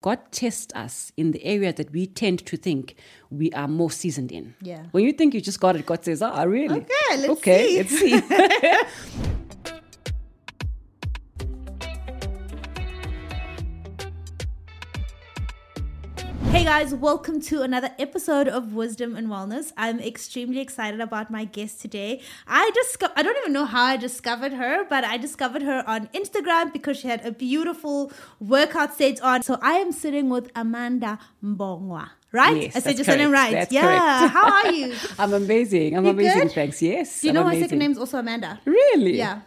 God tests us in the area that we tend to think we are more seasoned in. Yeah. When you think you just got it, God says, ah, really? Okay, let's okay, see." Let's see. Hey guys, welcome to another episode of Wisdom and Wellness. I'm extremely excited about my guest today. I disco- I don't even know how I discovered her, but I discovered her on Instagram because she had a beautiful workout set on. So I am sitting with Amanda Mbongwa, right? Yes, I said that's your surname correct. right. That's yeah. correct. How are you? I'm amazing. I'm You amazing. good? Thanks. Yes. Do you I'm know my amazing. second name's also Amanda? Really? Yeah.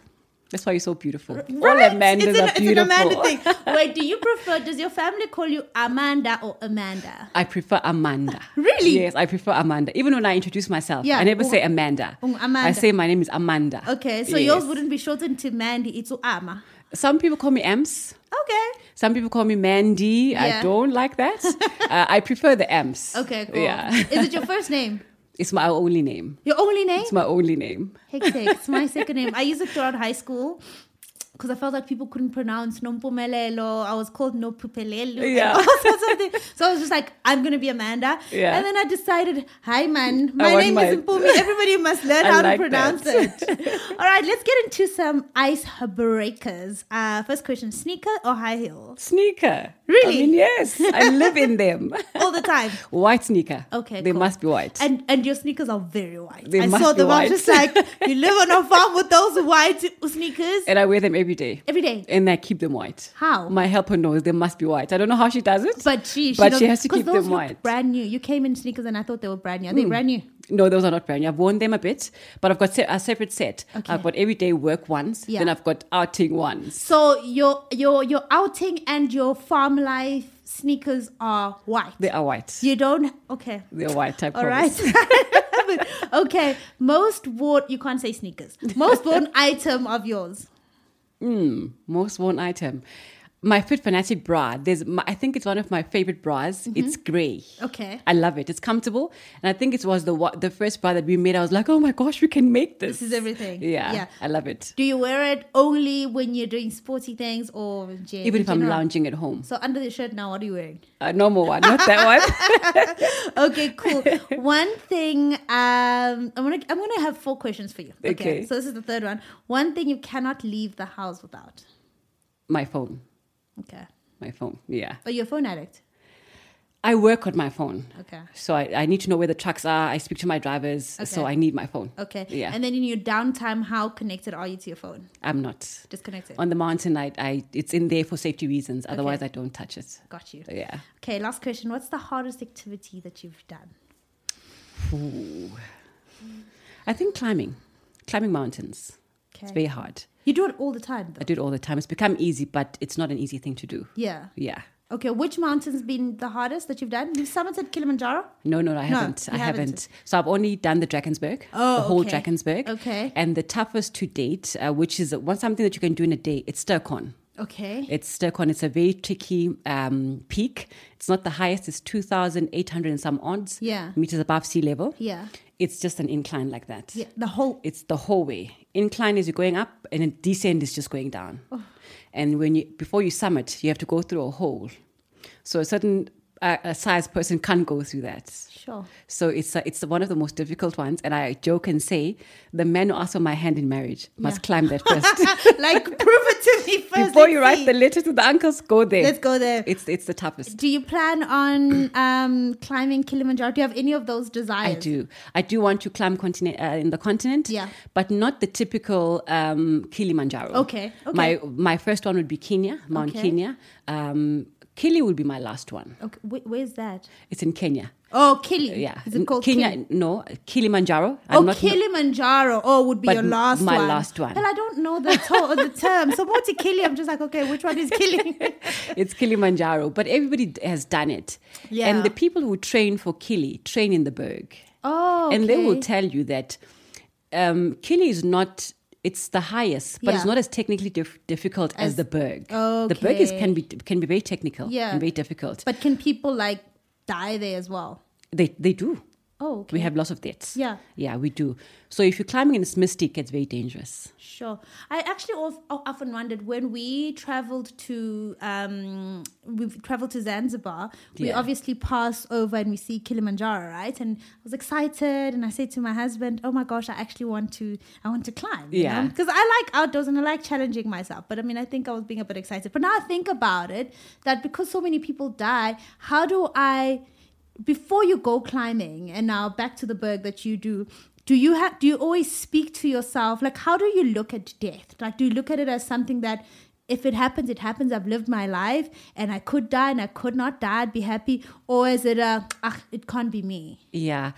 That's why you're so beautiful. Right? All Amandas it's an, are beautiful. It's an Amanda thing. Wait, do you prefer? Does your family call you Amanda or Amanda? I prefer Amanda. Really? Yes, I prefer Amanda. Even when I introduce myself, Yeah. I never Oh, say Amanda. oh, Amanda. I say my name is Amanda. Okay, so Yes. yours wouldn't be shortened to Mandy. It's Ama. Some people call me Ems. Okay. Some people call me Mandy. Yeah. I don't like that. uh, I prefer the Ems. Okay, cool. Yeah. Is it your first name? It's my only name. Your only name? It's my only name. Hectic. It's my second name. I used it throughout high school because I felt like people couldn't pronounce Nompumelelo. I was called Nopupelelo. Yeah. Something. So I was just like, I'm going to be Amanda. Yeah. And then I decided, hi, man. My want name my- is Mpumi. Everybody must learn I how like to pronounce that. it. All right, let's get into some ice breakers. Uh, first question sneaker or high heel? Sneaker. Really? I mean, yes. I live in them. All the time. White sneaker. Okay, They cool. must be white. And and your sneakers are very white. They I must saw be them. I white. was just like, you live on a farm with those white sneakers and I wear them every day. every day. And I keep them white. How? My helper knows they must be white. I don't know how she does it. But she, she, But knows- she has to 'cause keep those them look white. Hmm. Brand new. You came in sneakers and I thought they were brand new. Are they brand new? No, those are not brand new. I've worn them a bit, but I've got se- a separate set. Okay. I've got everyday work ones, Yeah. then I've got outing ones. So your your your outing and your farm life sneakers are white. They are white. you don't okay. They're white, I All promise. right. okay. Most worn you can't say sneakers. Most worn item of yours. Mm, most worn item. My Fit Fanatic bra. There's, my, I think it's one of my favorite bras. Mm-hmm. It's grey. Okay. I love it. It's comfortable, and I think it was the wa- the first bra that we made. I was like, oh my gosh, we can make this. This is everything. Yeah, Yeah. I love it. Do you wear it only when you're doing sporty things or gym? Even in if I'm general? lounging at home, So under the shirt now, what are you wearing? a normal one, not that one. Okay, cool. One thing, um, I'm gonna I'm gonna have four questions for you. Okay. So this is the third one. One thing you cannot leave the house without. my phone, Okay. my phone. Yeah, Are you a phone addict? I work on my phone, Okay. so I, I need to know where the trucks are. I speak to my drivers, so Okay. I need my phone. Okay. Yeah. And then in your downtime, how connected are you to your phone? I'm not Disconnected. on the mountain. I, I it's in there for safety reasons. Otherwise, I don't touch it. Got you. Yeah. Okay. Last question. What's the hardest activity that you've done? I think climbing, climbing mountains. It's Okay. very hard. You do it all the time, I though. do it all the time. It's become easy, but it's not an easy thing to do. Yeah. Yeah. Okay. Which mountain's been the hardest that you've done? You've summited Kilimanjaro. No, no, I No, haven't. you I haven't. haven't. So I've only done the Drakensberg, Oh, the whole okay. Drakensberg. Okay. And the toughest to date, uh, which is one something that you can do in a day, it's Sturkon. Okay. It's Sturkon. It's a very tricky um, peak. It's not the highest. It's two thousand eight hundred and some odds Yeah. meters above sea level. Yeah. It's just an incline like that. Yeah. The whole. It's the whole way. Incline is you're going up, and then descent is just going down. Oh. And when you before you summit, you have to go through a hole. So a certain uh, a size person can't go through that. Sure. So it's uh, it's one of the most difficult ones, and I joke and say the man who asks for my hand in marriage must Yeah. climb that first like prove it to me first. before Let's you write see. the letter to the uncles. Go there. Let's go there. It's it's the toughest. Do you plan on um, climbing Kilimanjaro? Do you have any of those I desires? do. I do want to climb continent uh, in the continent, Yeah. but not the typical um, Kilimanjaro. Okay, okay. My my first one would be Kenya, Mount Okay. Kenya. Um, Kili would be my last one. Okay, wh- where's that? It's in Kenya. Oh, Kili. Uh, Yeah, Is it called Kenya? Kili? No, Kilimanjaro. Oh, Kilimanjaro. Oh, would be But your m- last my one. last one. Well, I don't know the, to- the term. So, what to Kili? I'm just like, okay, which one is Kili? it's Kilimanjaro, but everybody d- has done it. Yeah. And the people who train for Kili train in the Berg. oh, And they will okay. tell you that um, Kili is not, it's the highest, but it's Yeah. not as technically dif- difficult as, As- the Berg. The Berg is, can, be, can be very technical Yeah. and very difficult. But can people like die there as well? They, they do. Oh, okay. We have lots of debts. Yeah. Yeah, we do. So if you're climbing and it's mystic, it's very dangerous. Sure. I actually of- of- often wondered when we traveled to um, we traveled to Zanzibar. We Yeah. obviously pass over and we see Kilimanjaro, right? And I was excited, and I said to my husband, "Oh my gosh, I actually want to. I want to climb. Yeah. Because I like outdoors and I like challenging myself. But I mean, I think I was being a bit excited. But now I think about it, that because so many people die, how do I? Before you go climbing, and now back to the berg that you do, do you have? Do you always speak to yourself? Like, how do you look at death? Like, do you look at it as something that? If it happens, it happens. I've lived my life and I could die and I could not die. I'd be happy. Or is it a, ah, it can't be me? Yeah.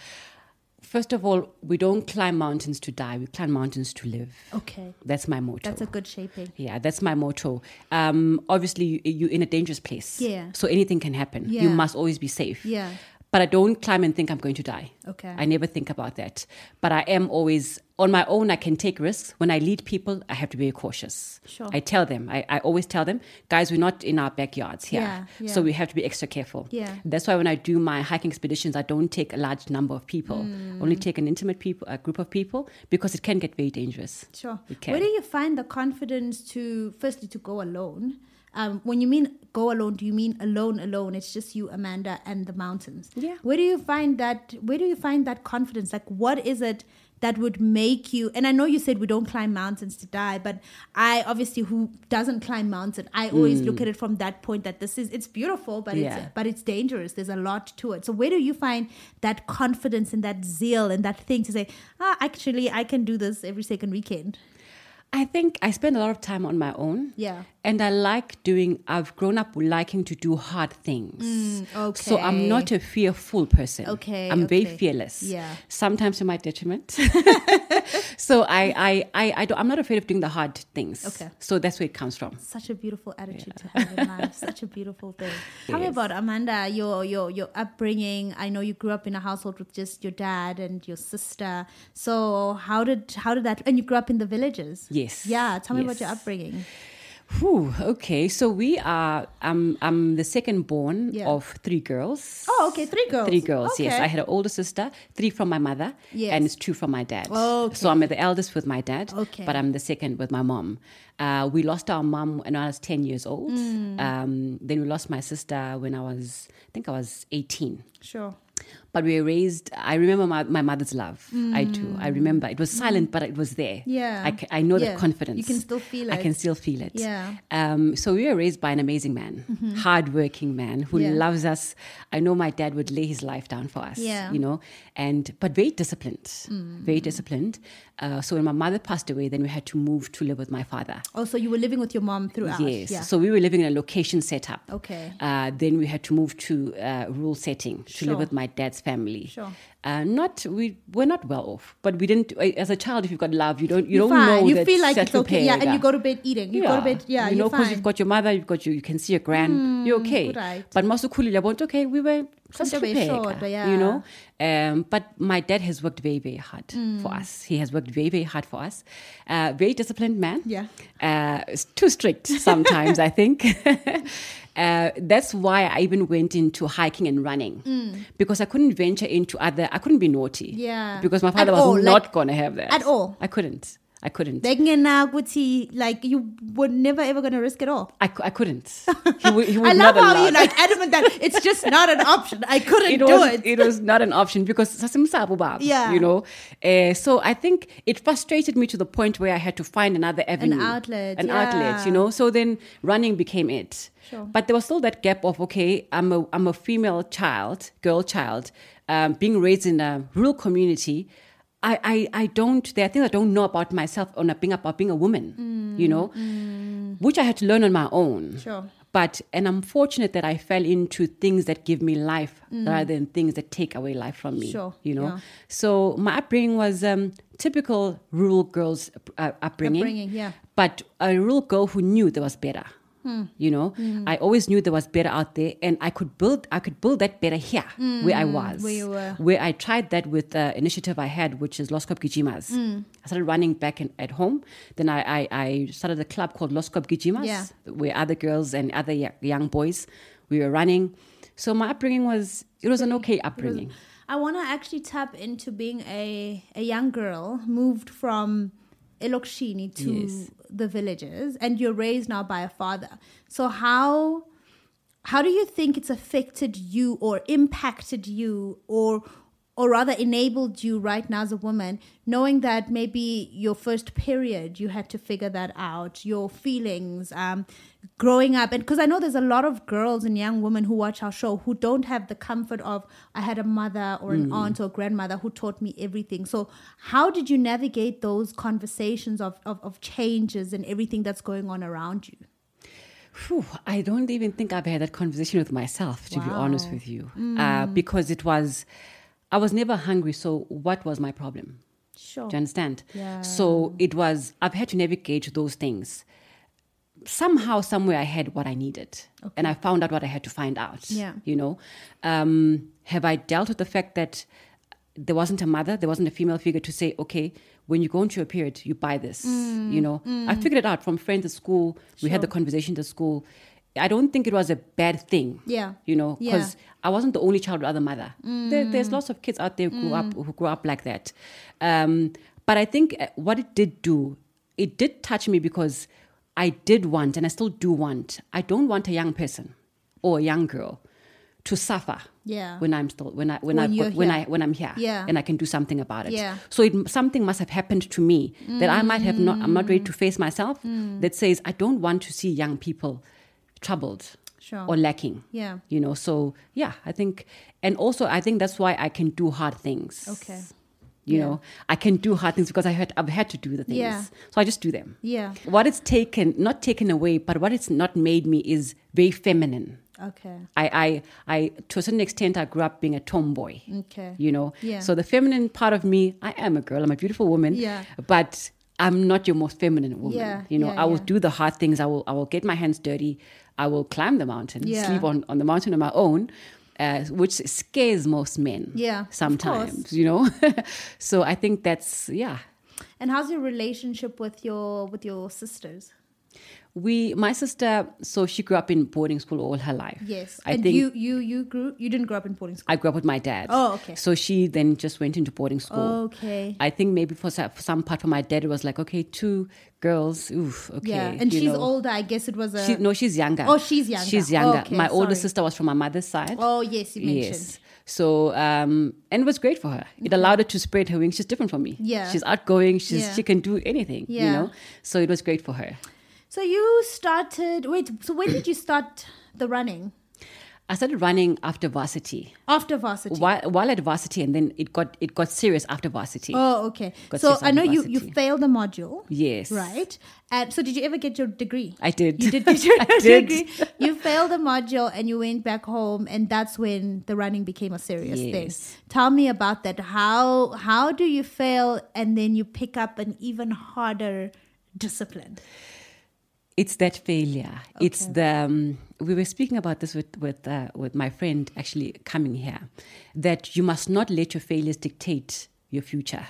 First of all, we don't climb mountains to die. We climb mountains to live. Okay. That's my motto. That's a good shaping. yeah, that's my motto. Um, obviously, you, you're in a dangerous place. Yeah. So anything can happen. Yeah. You must always be safe. Yeah. But I don't climb and think I'm going to die. Okay. I never think about that. But I am always on my own. I can take risks. When I lead people, I have to be cautious. Sure. I tell them. I, I always tell them, guys, we're not in our backyards here, Yeah, yeah. so we have to be extra careful. Yeah. That's why when I do my hiking expeditions, I don't take a large number of people. Hmm. Only take an intimate people, a group of people, because it can get very dangerous. Sure. You can. Where do you find the confidence to, firstly, to go alone? Um, when you mean go alone, do you mean alone, alone? It's just you, Amanda, and the mountains. Yeah. Where do you find that? Where do you find that confidence? Like, what is it that would make you? And I know you said we don't climb mountains to die, but I obviously who doesn't climb mountain, I always look Hmm. at it from that point that this is it's beautiful, but Yeah. it's but it's dangerous. There's a lot to it. So where do you find that confidence and that zeal and that thing to say, ah, actually, I can do this every second weekend? I think I spend a lot of time on my own. Yeah. And I like doing, I've grown up liking to do hard things. So Mm, okay. I'm not a fearful person. Okay, I'm okay. very fearless. Yeah. Sometimes to my detriment. so I, I, I, I don't, I'm not afraid of doing the hard things. Okay. So that's where it comes from. Such a beautiful attitude to have in life. Such a beautiful thing. Tell me Yes. about Amanda. Your your your upbringing. I know you grew up in a household with just your dad and your sister. So how did how did that? And you grew up in the villages. Yes. Yeah. Tell me about your Yes. upbringing. Whew, okay. So we are, um, I'm the second born Yeah. of three girls. Oh, okay, three girls. Three girls, yes. Okay. I had an older sister, three from my mother, Yes. and it's two from my dad. Okay. So I'm the eldest with my dad, Okay. but I'm the second with my mom. Uh, we lost our mom when I was 10 years old. Mm. Um, then we lost my sister when I was, I think I was 18 Sure. but we were raised i remember my, my mother's love i do i remember it was silent but it was there Mm. Yeah. i, ca- I know Yeah. that confidence You can still feel i it. can still feel it Yeah. um, so we were raised by an amazing man hardworking man who Mm-hmm. Yeah. loves us i know my dad would lay his life down for us Yeah. Mm. you know and but very disciplined very disciplined uh, so when my mother passed away then we had to move to live with my father Oh, so you were living with your mom throughout. Yes. Yeah. So we were living in a location setup. Okay. Uh, then we had to move to uh, rural setting to Sure. live with my dad's family. Sure. Uh, not we were not well off, but we didn't. uh, As a child, if you've got love, you don't you You're don't know You that feel like it's settle okay. Yeah, and pega. you go to bed eating. You go to bed. Yeah, you you know, are because fine. Mm, you've got your mother, you've got your, you can see your grand, you're okay. right. But masukhulile bonke, okay, we were Sasihlupheka, sasihlupheka, yeah. Mm. you know. Um, but my dad has worked very, very hard for us. He has worked very, very hard for us. Uh, very disciplined man. Yeah. Uh, it's too strict sometimes, I think. Uh, that's why I even went into hiking and running Mm. because I couldn't venture into other. I couldn't be naughty, Yeah. because my At father was all, like- not gonna have that at all. I couldn't. I couldn't. Beginning like you were never ever gonna risk it all. I, cou- I couldn't. He would, he would I not love how allow you like adamant that it's just not an option. I couldn't it do was it. was not an option because sasimsabu bab. Yeah. you know. Uh, so I think it frustrated me to the point where I had to find another avenue, outlet, an yeah. outlet. You know. So then running became it. Sure. But there was still that gap of okay, I'm a I'm a female child, girl child, um, being raised in a rural community. I, I, I don't there are things I don't know about myself on a, being about being a woman, you know, which I had to learn on my own. Mm, Sure. But and I'm fortunate that I fell into things that give me life rather than things that take away life from me. Mm. Sure, You know. yeah. So my upbringing was um, typical rural girls uh, upbringing. Upbringing, yeah. But a rural girl who knew there was better. You know, Hmm. I always knew there was better out there, and I could build. I could build that better here, where I was, Hmm. where you were. where I tried that with the initiative I had, which is Los Cop Gijimas. Hmm. I started running back in, at home. Then I, I, I started a club called Los Cop Gijimas, Yeah. where other girls and other y- young boys, we were running. So my upbringing was, it was an okay upbringing. I want to actually tap into being a, a young girl moved from Elokshini to Yes. the villages, and you're raised now by a father. So how how do you think it's affected you or impacted you or or rather enabled you right now as a woman knowing that maybe your first period you had to figure that out your feelings um, growing up and because i know there's a lot of girls and young women who watch our show who don't have the comfort of i had a mother or an aunt or grandmother who taught me everything so how did you navigate those conversations of, of, of changes and everything that's going on around you Phew, I don't even think I've had that conversation with myself, to be honest Wow. with you, uh, because it was, I was never hungry. So what was my problem? sure Do you understand? Yeah. So it was, I've had to navigate those things. Somehow, somewhere, I had what I needed, and I found out what I had to find out. Yeah. You know, um, have I dealt with the fact that there wasn't a mother, there wasn't a female figure to say, okay, when you go into your period, you buy this. Mm, You know, I figured it out from friends at school. We had the conversation at school. I don't think it was a bad thing. Yeah. You know, Yeah. Mm. because I wasn't the only child with other mother. There, there's lots of kids out there who grew up who grew up like that. Um, but I think uh, what it did do, it did touch me because I did want, and I still do want. I don't want a young person or a young girl to suffer. Yeah. When I'm still when I when, When I've you're got, when here. I when I'm here. Yeah. And I can do something about it. Yeah. So it, something must have happened to me that I might have not. I'm not ready Mm. to face myself. That says I don't want to see young people troubled Sure. or lacking yeah you know so yeah i think and also i think that's why i can do hard things Okay. you Yeah. know i can do hard things because i had i've had to do the things Yeah. so i just do them yeah what it's taken not taken away but what it's not made me is very feminine okay i i i to a certain extent i grew up being a tomboy okay you know Yeah. so the feminine part of me i am a girl i'm a beautiful woman Yeah. but i'm not your most feminine woman Yeah, you know yeah, i will yeah. do the hard things i will i will get my hands dirty i will climb the mountain Yeah. sleep on, on the mountain on my own uh, which scares most men Yeah, of course. sometimes you know so i think that's yeah And how's your relationship with your with your sisters? we my sister so she grew up in boarding school all her life Yes, i and think you you you grew you didn't grow up in boarding school. i grew up with my dad Oh, okay. Oh, so she then just went into boarding school Okay. I think maybe for so- for some part for my dad it was like okay two girls oof okay yeah, and you she's know. older. I guess it was a. she, no she's younger Oh, she's younger. she's younger Okay, my older sorry. sister was from my mother's side oh yes, you mentioned. yes so um and it was great for her it allowed her to spread her wings she's different from me Yeah. she's outgoing she's Yeah. she can do anything you Yeah. know so it was great for her So you started. Wait. So when did you start the running I started running after varsity after varsity? while, while at varsity and then it got it got serious after varsity Oh, okay. Got So six I under know you you varsity. failed the module, yes right? And so did you ever get your degree? I did You did get your I did. degree. You failed the module and you went back home, and that's when the running became a serious Yes. thing. Tell me about that. How how do you fail and then you pick up an even harder discipline? it's that failure. It's the um, we were speaking about this with with uh, with my friend actually coming here that you must not let your failures dictate your future.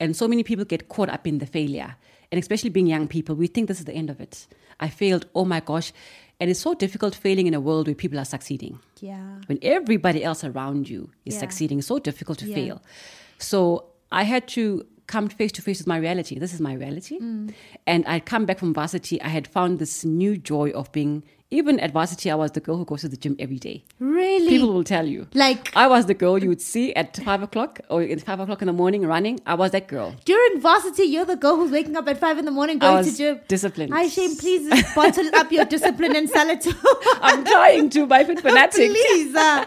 And so many people get caught up in the failure, and especially being young people, we think this is the end of it. I failed. Oh my gosh. And it's so difficult failing in a world where people are succeeding Yeah. when everybody else around you is Yeah. succeeding it's so difficult to Yeah. fail so i had to come face to face with my reality this is my reality Mm. and i'd come back from varsity i had found this new joy of being even at varsity i was the girl who goes to the gym every day Really? people will tell you like i was the girl you would see at five o'clock or at five o'clock in the morning running i was that girl during varsity, you're the girl who's waking up at five in the morning going I was to gym. disciplined. I shame, please bottle up your discipline and sell it to i'm trying to my fit fanatic please. uh.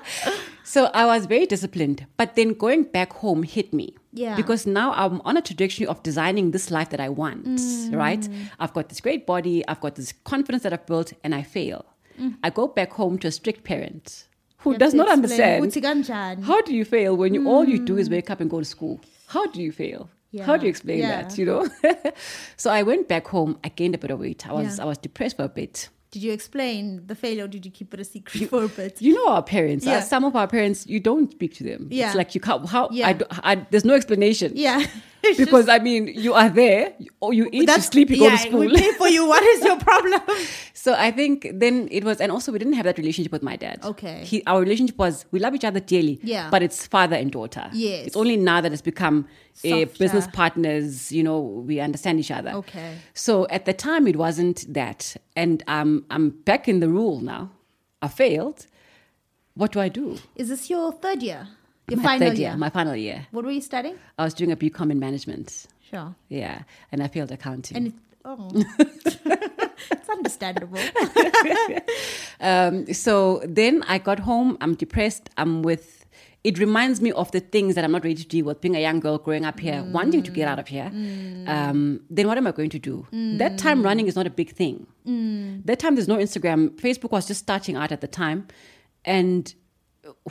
So I was very disciplined, but then going back home hit me. Yeah. Because now I'm on a trajectory of designing this life that I want, Mm. right? I've got this great body, I've got this confidence that I've built, and I fail. Mm. I go back home to a strict parent who does not Explain. understand Uthi kanjani? how do you fail when you, all you do is wake up and go to school? How do you fail? How do Mm. Yeah. you explain Yeah. that? You know. so I went back home. I gained a bit of weight. I was Yeah. I was depressed for a bit. Did you explain the failure or did you keep it a secret for a bit? You know our parents. uh, Yeah. some of our parents, you don't speak to them. Yeah. It's like you can't. How? Yeah. I, do- I- there's no explanation. Yeah. because I mean, you are there, or you eat, you sleep, you go to school. We pay for you. What is your problem? So I think then it was, and also we didn't have that relationship with my dad. Okay. He, our relationship was we love each other dearly. Yeah. But it's father and daughter. Yes. It's only now that it's become a Softer. business partners. You know, we understand each other. Okay. So at the time it wasn't that, and um, I'm back in the rule now. I failed. What do I do? is this your third year? Your my final third year. My final year. What were you studying? I was doing a BCom in management. Sure. Yeah, and I failed accounting. And it, oh, it's understandable. Um, so then I got home. I'm depressed. I'm with. It reminds me of the things that I'm not ready to deal with. Being a young girl growing up here, wanting to get out of here. Mm. Um, then what am I going to do? That time running is not a big thing. Mm. That time there's no Instagram. Facebook was just starting out at the time, and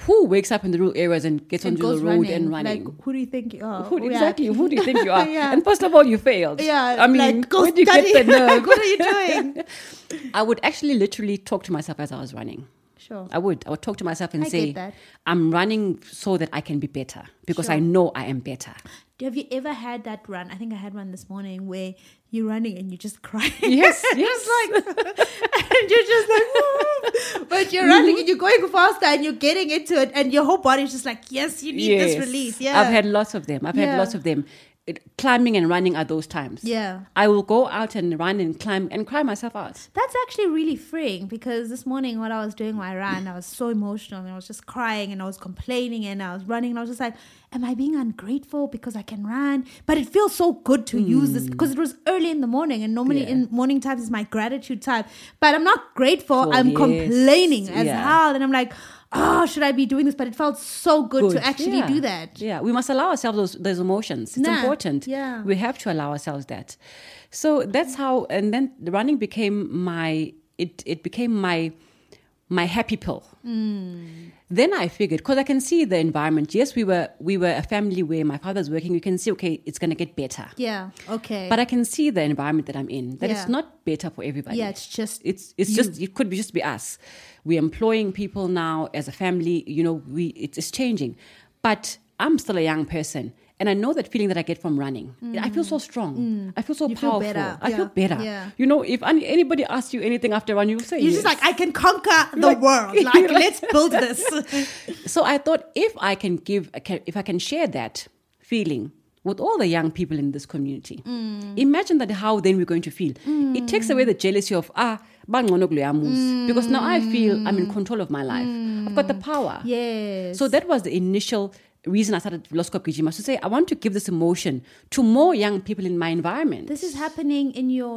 who wakes up in the rural areas and gets And onto the goes road and running? Like, who do you think you are? Who, Yeah. Exactly. Who do you think you are? Yeah. And first of all, you failed. Yeah. I mean, like, go where do you study. get the nerve? what are you doing? I would actually literally talk to myself as I was running. Sure. I would. I would talk to myself and I say, get that. I'm running so that I can be better because I Sure. know I am better. Have you ever had that run? I think I had one this morning where you're running and you're just crying. Yes, just like, and you're just like, "Woo." but you're Mm-hmm. running and you're going faster and you're getting into it, and your whole body's just like, yes, you need this release. Yeah, I've had lots of them. I've had Yeah. lots of them. It, climbing and running are those times. Yeah. I will go out and run and climb and cry myself out. That's actually really freeing because this morning when I was doing my run, I was so emotional and I was just crying and I was complaining and I was running and I was just like, Am I being ungrateful because I can run? But it feels so good to use this because it was early in the morning and normally Hmm. Yeah. in morning times is my gratitude time. But I'm not grateful, Full, I'm yes. complaining as Yeah. hell. And I'm like, Oh, should I be doing this? But it felt so good, Good. to actually Yeah. do that. Yeah, we must allow ourselves those, those emotions. It's Nah, important. yeah. we have to allow ourselves that. So that's how. And then the running became my it it became my my happy pill. Hmm. Then I figured because I can see the environment. Yes, we were we were a family where my father's working. You can see okay, it's going to get better. Yeah. Okay. But I can see the environment that I'm in. That it's Yeah. not better for everybody yeah, it's just it's it's just it could be just be us we're employing people now as a family you know we it's, it's changing but i'm still a young person and i know that feeling that i get from running i feel so strong i feel so Mm. You feel powerful better. i feel Yeah. better Yeah. you know if any, anybody asks you anything after run you'll say you're yes. just like I can conquer the like- world. you're Like, like- let's build this. so i thought if i can give I can- if i can share that feeling with all the young people in this community Mm. imagine that how then we're going to feel it takes away the jealousy of ah bangcono kulo yam Mm. muzi," because now i feel i'm in control of my life i've got the power Yes. So that was the initial reason I started Veloscope Kijima to say I want to give this emotion to more young people in my environment, this is happening in your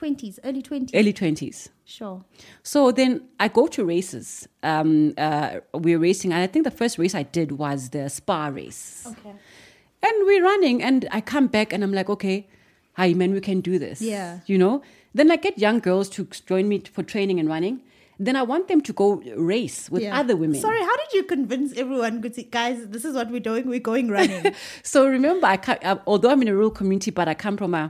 20s, early 20s. early twenties. Sure. So then I go to races. Um, uh, we're racing, and I think the first race I did was the Spa race, Okay. and we're running. And I come back, and I'm like, okay, hi man, we can do this. Yeah. you know. Then I get young girls to join me for training and running. Then I want them to go race with other women. Sorry, how did you convince everyone? Good, guys, this is what we're doing. We're going running. So remember, I come, uh, although I'm in a rural community, but I come from a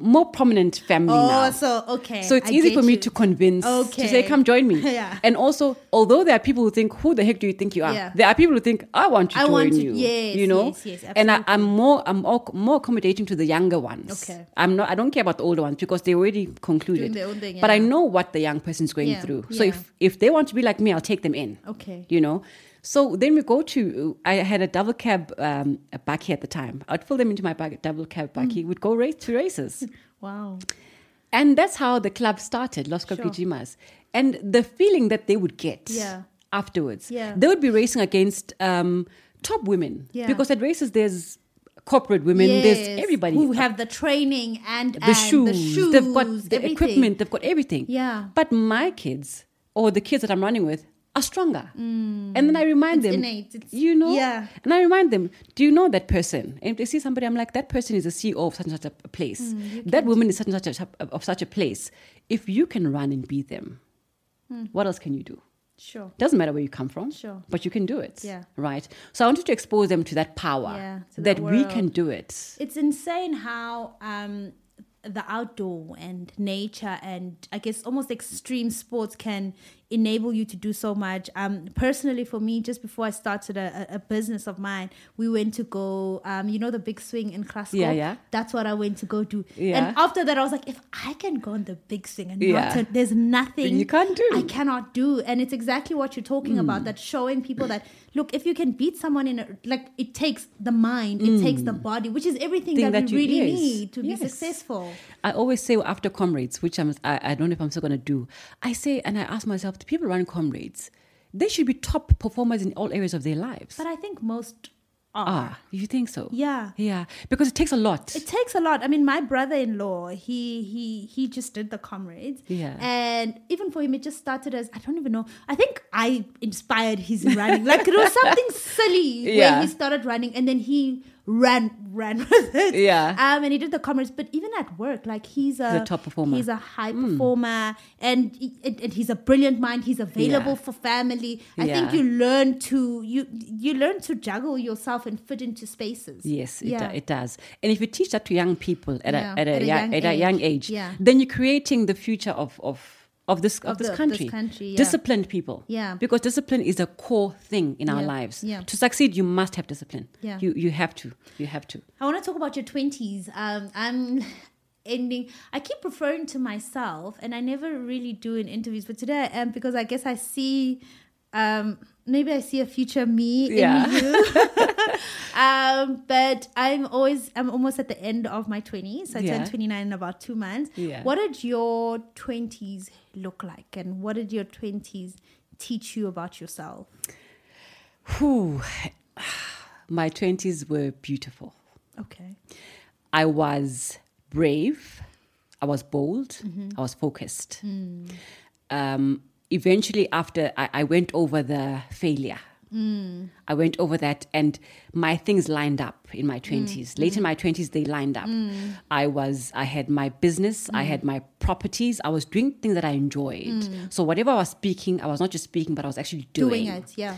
more prominent family oh, now. so okay. So it's I easy get for me you. to convince to say, Okay. "Come join me." Yeah. And also, although there are people who think, "Who the heck do you think you are?" Yeah. There are people who think, "I want to I join want to- you." yes, you know. yes, yes, and I, I'm more, I'm more, more accommodating to the younger ones. Okay. I'm not. I don't care about the older ones because they already concluded. their own thing, But I yeah. know what the young person's going Yeah, through. So yeah. if if they want to be like me, I'll take them in Okay. you know. So then we go to. I had a double cab um, a buggy at the time. I'd fill them into my bag, double cab buggy. Hmm. We'd go race to races, Wow. and that's how the club started, Los Sure. Coquijimas, and the feeling that they would get Yeah. afterwards. Yeah. they would be racing against um, top women Yeah. because at races there's corporate women, there's Yes, everybody who have the training and the shoes, the shoes, they've got the everything. equipment, they've got everything. Yeah. But my kids or the kids that I'm running with are stronger. And then I remind them, innate, Mm. it's- you know, yeah. And I remind them, do you know that person? And if they see somebody, I'm like, that person is a CEO of such and such a a place. Mm, that woman is such and such a, of such a place. If you can run and beat them, what else can you do? Sure. Doesn't matter where you come from, Mm. Sure. but you can do it, Yeah. right? So I wanted to expose them to that power Yeah, to that that we world. can do it. It's insane how um, the outdoor and nature and I guess almost extreme sports can enable you to do so much. Um, personally, for me, just before I started a, a a business of mine, we went to go, um, you know, the big swing in Kraskow. Yeah, yeah. That's what I went to go do. Yeah. And after that, I was like, if I can go on the big swing and Yeah. not turn, there's nothing You can't do. Hmm. I cannot do. And it's exactly what you're talking about that showing people that, look, if you can beat someone in a, like, it takes the mind, it takes the body, which is everything Hmm. Thing that, that we you- really yes, need to yes. be successful. I always say after comrades, which I'm, I, I don't know if I'm still going to do. I say, and I ask myself, the people who run comrades, they should be top performers in all areas of their lives. But I think most are. ah, you think so? Yeah. Yeah, because it takes a lot. It takes a lot. I mean, my brother-in-law, he he he just did the comrades. Yeah. And even for him, it just started as I don't even know. I think I inspired his running. Like it was something silly Yeah. where he started running and then he ran ran with it. Yeah. Um, and he did the comrades. But even at work, like he's a, a top performer. Hmm. He's a high performer, and, he- and and he's a brilliant mind. He's available Yeah. for family. I Yeah. think you learn to you you learn to juggle yourself and fit into spaces. Yes, it, Yeah. do- it does. And if you teach that to young people at, Yeah, a, at, a, young, at a young age, Yeah. then you're creating the future of, of, of this, of Of this the- of this country. country, yeah. Disciplined people. Yeah. Because discipline is a core thing in our Yeah, lives. yeah. To succeed, you must have discipline. Yeah. You, you have to. You have to. I want to talk about your twenties. Um, I'm ending. I keep referring to myself, and I never really do in interviews, but today I am because I guess I see. Um, maybe I see a future me Yeah. in you. um, but I'm always I'm almost at the end of my twenties. I Yeah. turned twenty nine in about two months. Yeah. What did your twenties look like, and what did your twenties teach you about yourself? Whew. My 20s were beautiful. Okay. I was brave, I was bold, Mm-hmm. I was focused. Hmm. Um, eventually, after I, I went over the failure, Hmm. I went over that, and my things lined up in my 20s. Hmm. Late in my 20s, they lined up. I was, I had my business, I Hmm. had my properties, I was doing things that I enjoyed. So, whatever I was speaking, I was not just speaking, but I was actually doing, Doing it, yeah.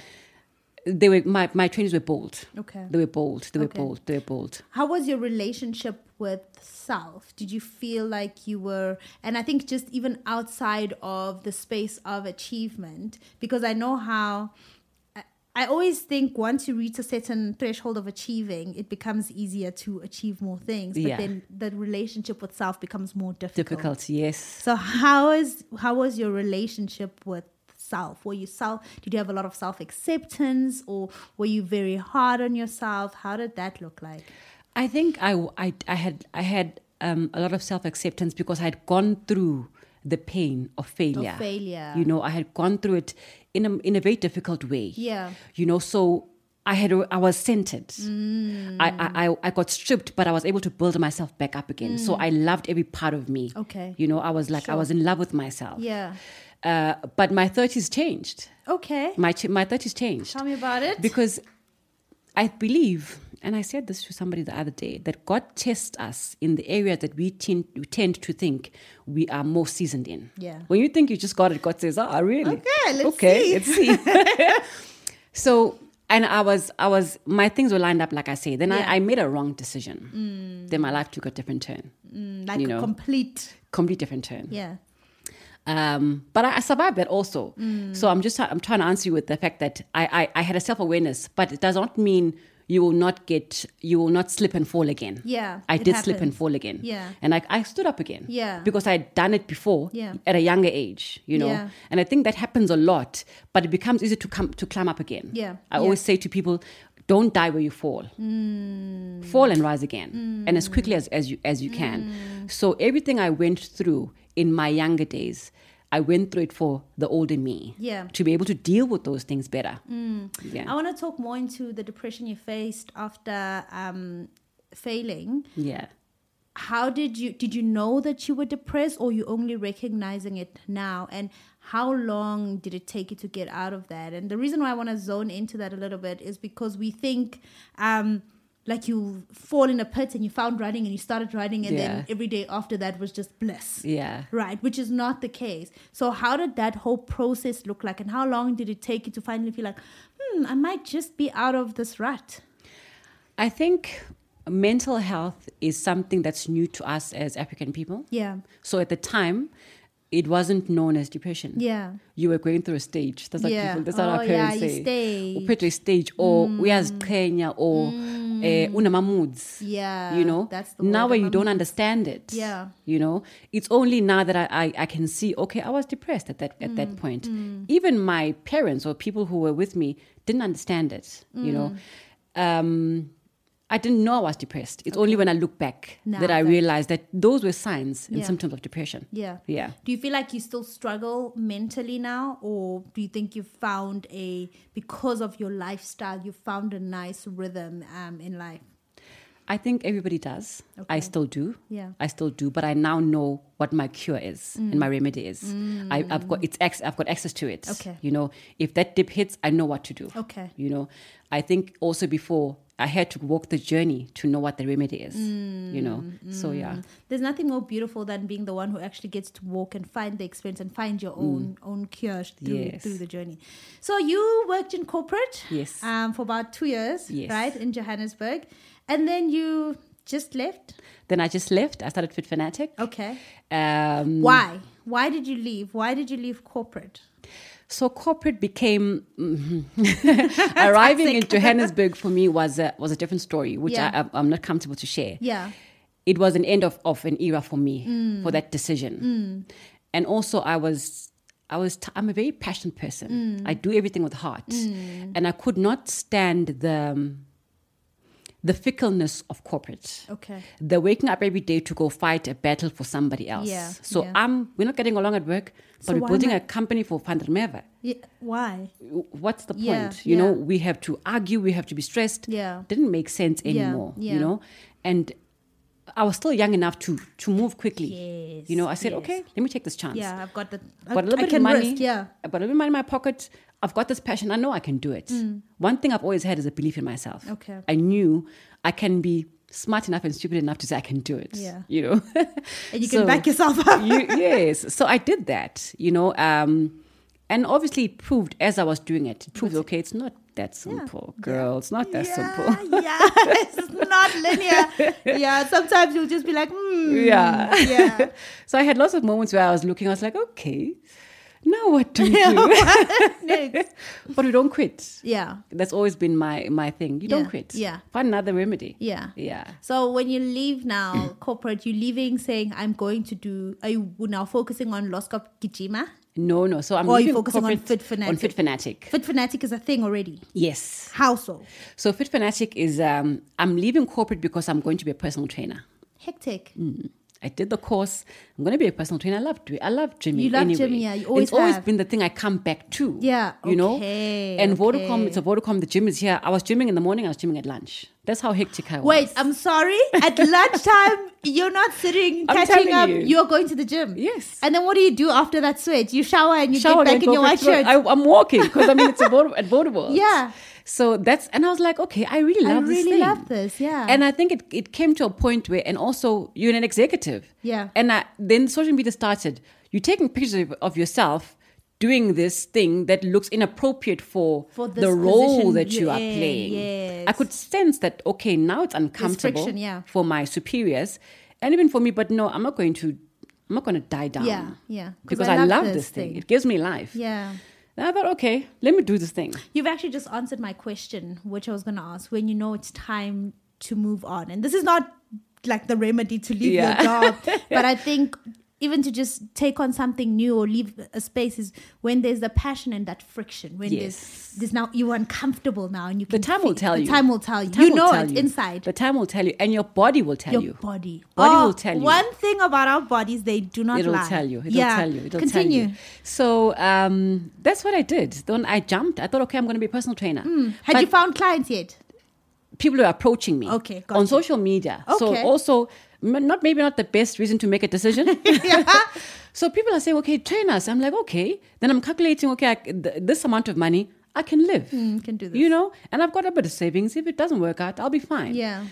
They were, my, my 20s were bold. Okay. They were bold, they were Okay. bold, they were bold. How was your relationship with self? Did you feel like you were, and I think just even outside of the space of achievement, because I know how. I- I always think once you reach a certain threshold of achieving, it becomes easier to achieve more things. But Yeah. then the relationship with self becomes more difficult. Difficult, yes. So how is how was your relationship with self? Were you self? Did you have a lot of self acceptance, or were you very hard on yourself? How did that look like? I think I, I, I had I had um, a lot of self acceptance because I had gone through the pain of failure. failure. You know, I had gone through it in a in a very difficult way. Yeah. You know, so I had I was centered. Mm. I, I I- I got stripped, but I was able to build myself back up again. So I loved every part of me. Mm. Okay. You know, I was like I was in love with myself. Yeah. Uh, but my thirties changed. Okay. My ch- my thirties changed Tell me about it. because I believe, and I said this to somebody the other day, that God tests us in the area that we tend, we tend to think we are more seasoned in. Yeah. When you think you just got it, God says, "Ah, really? Okay, let's okay, see." let's see." so, and I was, I was, my things were lined up, like I say. Then Yeah. Mm. I, I made a wrong decision. Then my life took a different turn, like you a know. complete. complete different turn. Yeah. Um, but I, I survived that also. So I'm just I'm trying to answer you with the fact that I, I, I had a self awareness, but it does not mean you will not get you will not slip and fall again. Yeah, I it did slip and happens. fall again. Yeah. and I, I stood up again. Yeah. because I had done it before. Yeah. at a younger age, you know, Yeah. and I think that happens a lot. But it becomes easy to come to climb up again. Yeah, I yeah. always say to people, don't die where you fall Mm. fall and rise again and as quickly as, as you as you Mm. can so everything i went through in my younger days i went through it for the older me Yeah. Mm. to be able to deal with those things better yeah I want to talk more into the depression you faced after um, failing. yeah How did you did you know that you were depressed, or you only recognizing it now? And how long did it take you to get out of that? And the reason why I want to zone into that a little bit is because we think. Um, like you fall in a pit and you found writing and you started writing and Yeah. then every day after that was just bliss. yeah Right, which is not the case. So, how did that whole process look like, and how long did it take you to finally feel like, hmm, I might just be out of this rut? i think mental health is something that's new to us as african people Yeah, so at the time it wasn't known as depression. Yeah. You were going through a stage. That's what Yeah. people, that's what Oh, our yeah, parents you Mm. say. stage. Uphetwe stage or uyaziqhenya or Mm. eh, unama moods. Yeah, You know? Uh, that's the now word, where you unama don't understand it. Yeah. You know? It's only now that I, I, I can see, okay, I was depressed at that at Mm, that point. Even my parents or people who were with me didn't understand it. You know? Mm. Um I didn't know I was depressed. It's only when I look back Now that I that- realized that those were signs and Yeah. symptoms of depression. Yeah. Yeah. Do you feel like you still struggle mentally now, or do you think you found a because of your lifestyle, you found a nice rhythm um, in life? I think everybody does. I still do. Yeah. Mm. I still do, but I now know what my cure is and my remedy is. I, I've got it's ex, I've got access to it. Okay. You know, if that dip hits, I know what to do. Okay. You know, I think also before I had to walk the journey to know what the remedy is. You know, Mm. so yeah. There's nothing more beautiful than being the one who actually gets to walk and find the experience and find your own own cure through, Mm. Yes. through the journey. So you worked in corporate, Yes. um, for about two years, Yes. right, in Johannesburg, and then you just left. Then I just left. I started Fit Fanatic. Okay, Um, why? Why did you leave? Why did you leave corporate? So corporate became arriving in Johannesburg for me was a, was a different story, which Yeah. I, I'm- I'm not comfortable to share. Yeah, it was an end of, of an era for me Mm. for that decision and also i was i was t- i'm a very passionate Mm. person i do everything with heart and i could not stand the um, the fickleness of corporate okay, they're waking up every day to go fight a battle for somebody else Yeah, so yeah. i'm we're not getting along at work So but why we're building am I- a company for Vandermeer yeah, why? what's the point? Yeah, you know, yeah. we have to argue, we have to be stressed. Yeah. Didn't make sense Yeah, anymore. yeah. You know? And I was still young enough to to move quickly. Yes, You know, I said, yes. okay, let me take this chance. Yeah, I've got the. I, But a little I bit can of money. risk, yeah. But a little bit of money in my pocket. I've got this passion. I know I can do it. One thing I've always had is a belief in myself. Mm. Okay. I knew I can be smart enough and stupid enough to say I can do it. Yeah. You know? And you can So- back yourself up. you, yes. So I did that, you know, um, and obviously it proved as I was doing it, it proved, okay, it's not that simple, girl. It's not that simple. Yeah, yeah, it's not linear. Yeah, sometimes you'll just be like, hmm. Yeah. Yeah. So I had lots of moments where I was looking, I was like, okay, now what do we do? Next. but we don't quit. Yeah. That's always been my, my thing. You don't Yeah, quit. yeah. Find another remedy. Yeah. Yeah. So when you leave now, corporate, you're leaving saying, I'm going to do, are you now focusing on Loskop Kijima? No, no. So I'm Or are you leaving focusing on corporate- Fit On Fanatic? Fit Fanatic. Fit Fanatic is a thing already. Yes. How so? So Fit Fanatic is um, I'm leaving corporate because I'm going to be a personal trainer. Hectic. Mm. I did the course. I'm going to be a personal trainer. I love doing. I love gymming. You love anyway. gym, yeah, you always it's always have. been the thing I come back to. Yeah, you know. okay, And okay. Vodacom, it's a Vodacom. The gym is here. I was gymming in the morning. I was gymming at lunch. That's how hectic I was. Wait, I'm sorry. At lunchtime, you're not sitting, I'm catching telling up. you. You. are going to the gym. Yes. And then what do you do after that sweat? You shower and you Shower get back and in go your for a white stroll. shirt. I, I'm walking because I mean it's a Voda- at Vodacom. Yeah. So that's and I was like, okay, I really I love this really thing. love this. Yeah. And I think it, it came to a point where, and also you're an executive. Yeah. And I, then social media started. You're taking pictures of, of yourself doing this thing that looks inappropriate for, For this the role position that you- you are yeah, playing. yes. I could sense that, okay, now it's uncomfortable friction, yeah. for my superiors and even for me, but no, I'm not going to, I'm not going to die down. Yeah, yeah. 'Cause Because um, I I, love love, this this, thing. thing. It gives me life. yeah. And I thought, okay, let me do this thing. You've actually just answered my question, which I was going to ask when you know it's time to move on. And this is not like the remedy to leave Yeah. your job, but I think even to just take on something new or leave a space is when there's the passion and that friction. When Yes. there's, there's now you're uncomfortable now and you The can time will feel- tell the you. time will tell you. time you will know tell it you. inside. The time will tell you, and your body will tell your you. body. Body Oh, will tell you. One thing about our bodies, they do not it'll lie. tell you. It'll yeah. tell you. It'll Continue. tell you. So um, that's what I did. Then I jumped. I thought, okay, I'm going to be a personal trainer. Had But you found clients yet? people are approaching me Okay, got on you. social media. So Okay. also, m- not maybe not the best reason to make a decision. yeah. so people are saying, okay, train us. I'm like, okay. Then I'm calculating, okay, I c th- this amount of money, I can live. Hmm, can do this. You know, and I've got a bit of savings. If it doesn't work out, I'll be fine. Yeah.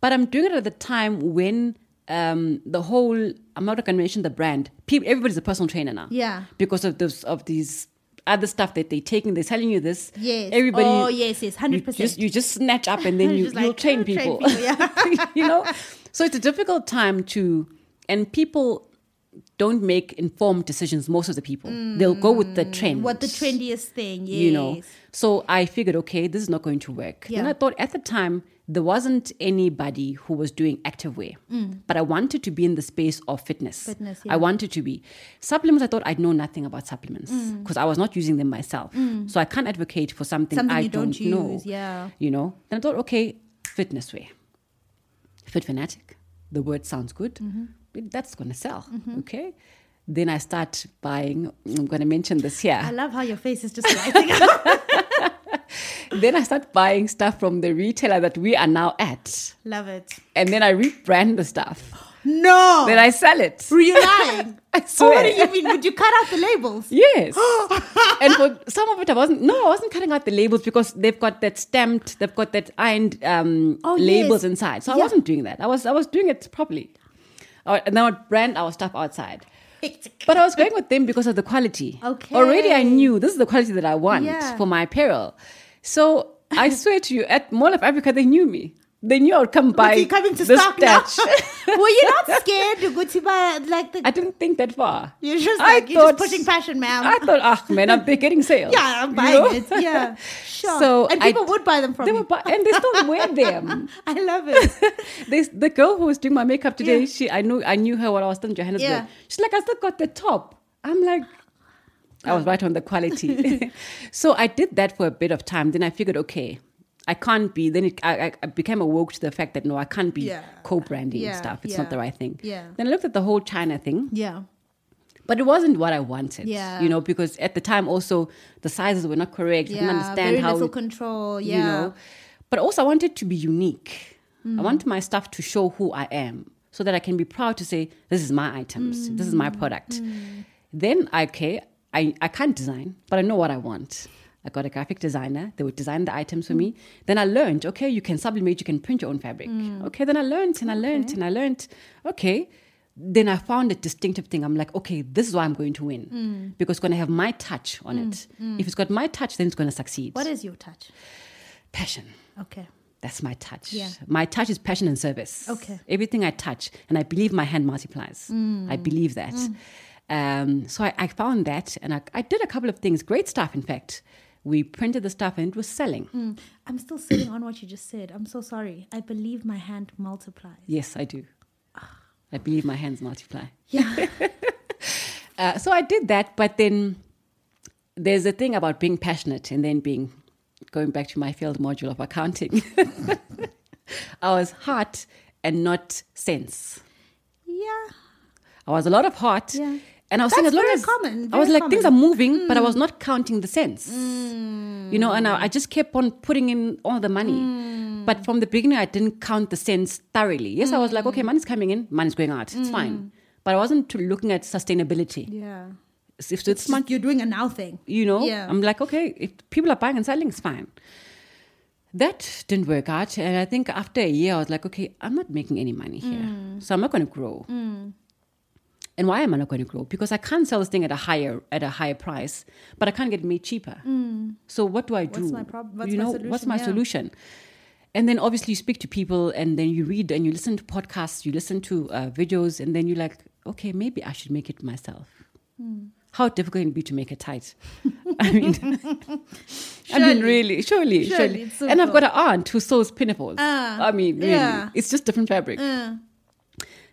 But I'm doing it at the time when um, the whole I'm not going to mention the brand. People, everybody's a personal trainer now. Yeah. Because of those of these other stuff that they're taking, they're telling you this. Yes. Everybody. Oh, yes, yes, You 100%. just you just snatch up and then you Just like, you'll train "Oh, train people. people," yeah. you know. So it's a difficult time to, and people don't make informed decisions, most of the people. They'll go with the trend. Mm. What the trendiest thing, yes. You know. So I figured, okay, this is not going to work. Yeah. And I thought at the time, there wasn't anybody who was doing activewear, but I wanted to be in the space of fitness. Mm. Fitness, I wanted to be. Supplements, I thought I'd know nothing about supplements Mm. because I was not using them myself. So I can't advocate for something, Something I you don't know. use, yeah. You know? Then I thought, okay, fitness wear. Fit Fanatic. The word sounds good. Mm-hmm. It- That's going to sell. Okay. Then I start buying. I'm going to mention this I here. love how your face is just lighting up. then I start buying stuff from the retailer that we are now at. love it. And then I rebrand the stuff. No. Then I sell it. Were you lying? I So what do swear. you mean? Would you cut out the labels? Yes. and for some of it, I wasn't, no, I wasn't cutting out the labels because they've got that stamped, they've got that ironed um, Oh, labels yes. inside. So I Yeah. wasn't doing that. I was, I was doing it properly. Uh, And then I would brand our stuff outside. But I was going with them because of the quality. Okay. Already I knew this is the quality that I want Yeah. for my apparel. So I swear to you, at Mall of Africa, they knew me. They knew I would come by. Are you coming to this stock now? touch. Were you not scared to go to buy like the? I didn't think that far. You're just I like you're thought- just pushing fashion, ma'am. I thought, ah, man, I'm they're getting sales. yeah, I'm you buying know? it. Yeah, sure. So and I- people would buy them from They you. were, bu- and they still wear them. I love it. This, the girl who was doing my makeup today, Yeah. she I knew I knew her while I was still in Johannesburg. Yeah. She's like, I still got the top. I'm like, I was right on the quality. so I did that for a bit of time. Then I figured, okay, I can't be. Then it, I, I- I became awoke to the fact that no, I can't be Yeah. co-branding and Yeah, stuff. It's yeah, not the right thing. yeah. Then I looked at the whole China thing Yeah. but it wasn't what I wanted. Yeah. You know, because at the time also the sizes were not correct. I Yeah. didn't understand Very how little control. Yeah. you know. But also I wanted to be unique. I want my stuff to show who I am so that I can be proud to say, This is my items, this is my Mm. product. Then I okay, I, I can't design, but I know what I want. I got a graphic designer. They would design the items for me. Mm. Then I learned, okay, you can sublimate, you can print your own fabric. Mm. Okay, then I learned and I learned and I learned. Okay, then I found a distinctive thing. I'm like, okay, this is why I'm going to win Mm. because it's going to have my touch on it. If it's got my touch, then it's going to succeed. What is your touch? passion? Okay. That's my touch. Yeah. My touch is passion and service. Okay. Mm. Everything I touch, and I believe my hand multiplies. I believe that. Um, so I, I found that, and I, I did a couple of things. Great stuff, in fact. We printed the stuff, and it was selling. Mm. I'm still sitting on what you just said. I'm so sorry. I believe my hand multiplies. Yes, I do. I believe my hands multiply. Yeah. Uh, so I did that, but then there's a thing about being passionate and then being going back to my field module of accounting. I was heart and not sense. yeah. I was a lot of heart. Yeah. And I was That's saying, as long very as common, I was very like, things are common. Mm. moving, but I was not counting the sense. You know, and I, I just kept on putting in all the money. Mm. But from the beginning, I didn't count the sense thoroughly. Yes, I was Mm. like, okay, money's coming in, money's going out. It's fine. But I wasn't to- looking at sustainability. Yeah. If it's, it's You're doing a now thing. you know Yeah. i'm like okay if people are buying and selling it's fine that didn't work out and i think after a year i was like okay i'm not making any money here Mm. so i'm not going to grow and why am i not going to grow because i can't sell this thing at a higher at a higher price but i can't get it made cheaper so what do i do my prob- Mm. what's you my know what's solution? my Yeah. solution and then obviously you speak to people and then you read and you listen to podcasts you listen to uh, videos and then you're like okay maybe i should make it myself Mm. how difficult it would be to make it tight. I mean, I mean, Surely. really, surely, surely. Surely, it's so and I've cool. got an aunt who sews pinafores. Ah, I mean, really, yeah. it's just different fabric. Uh,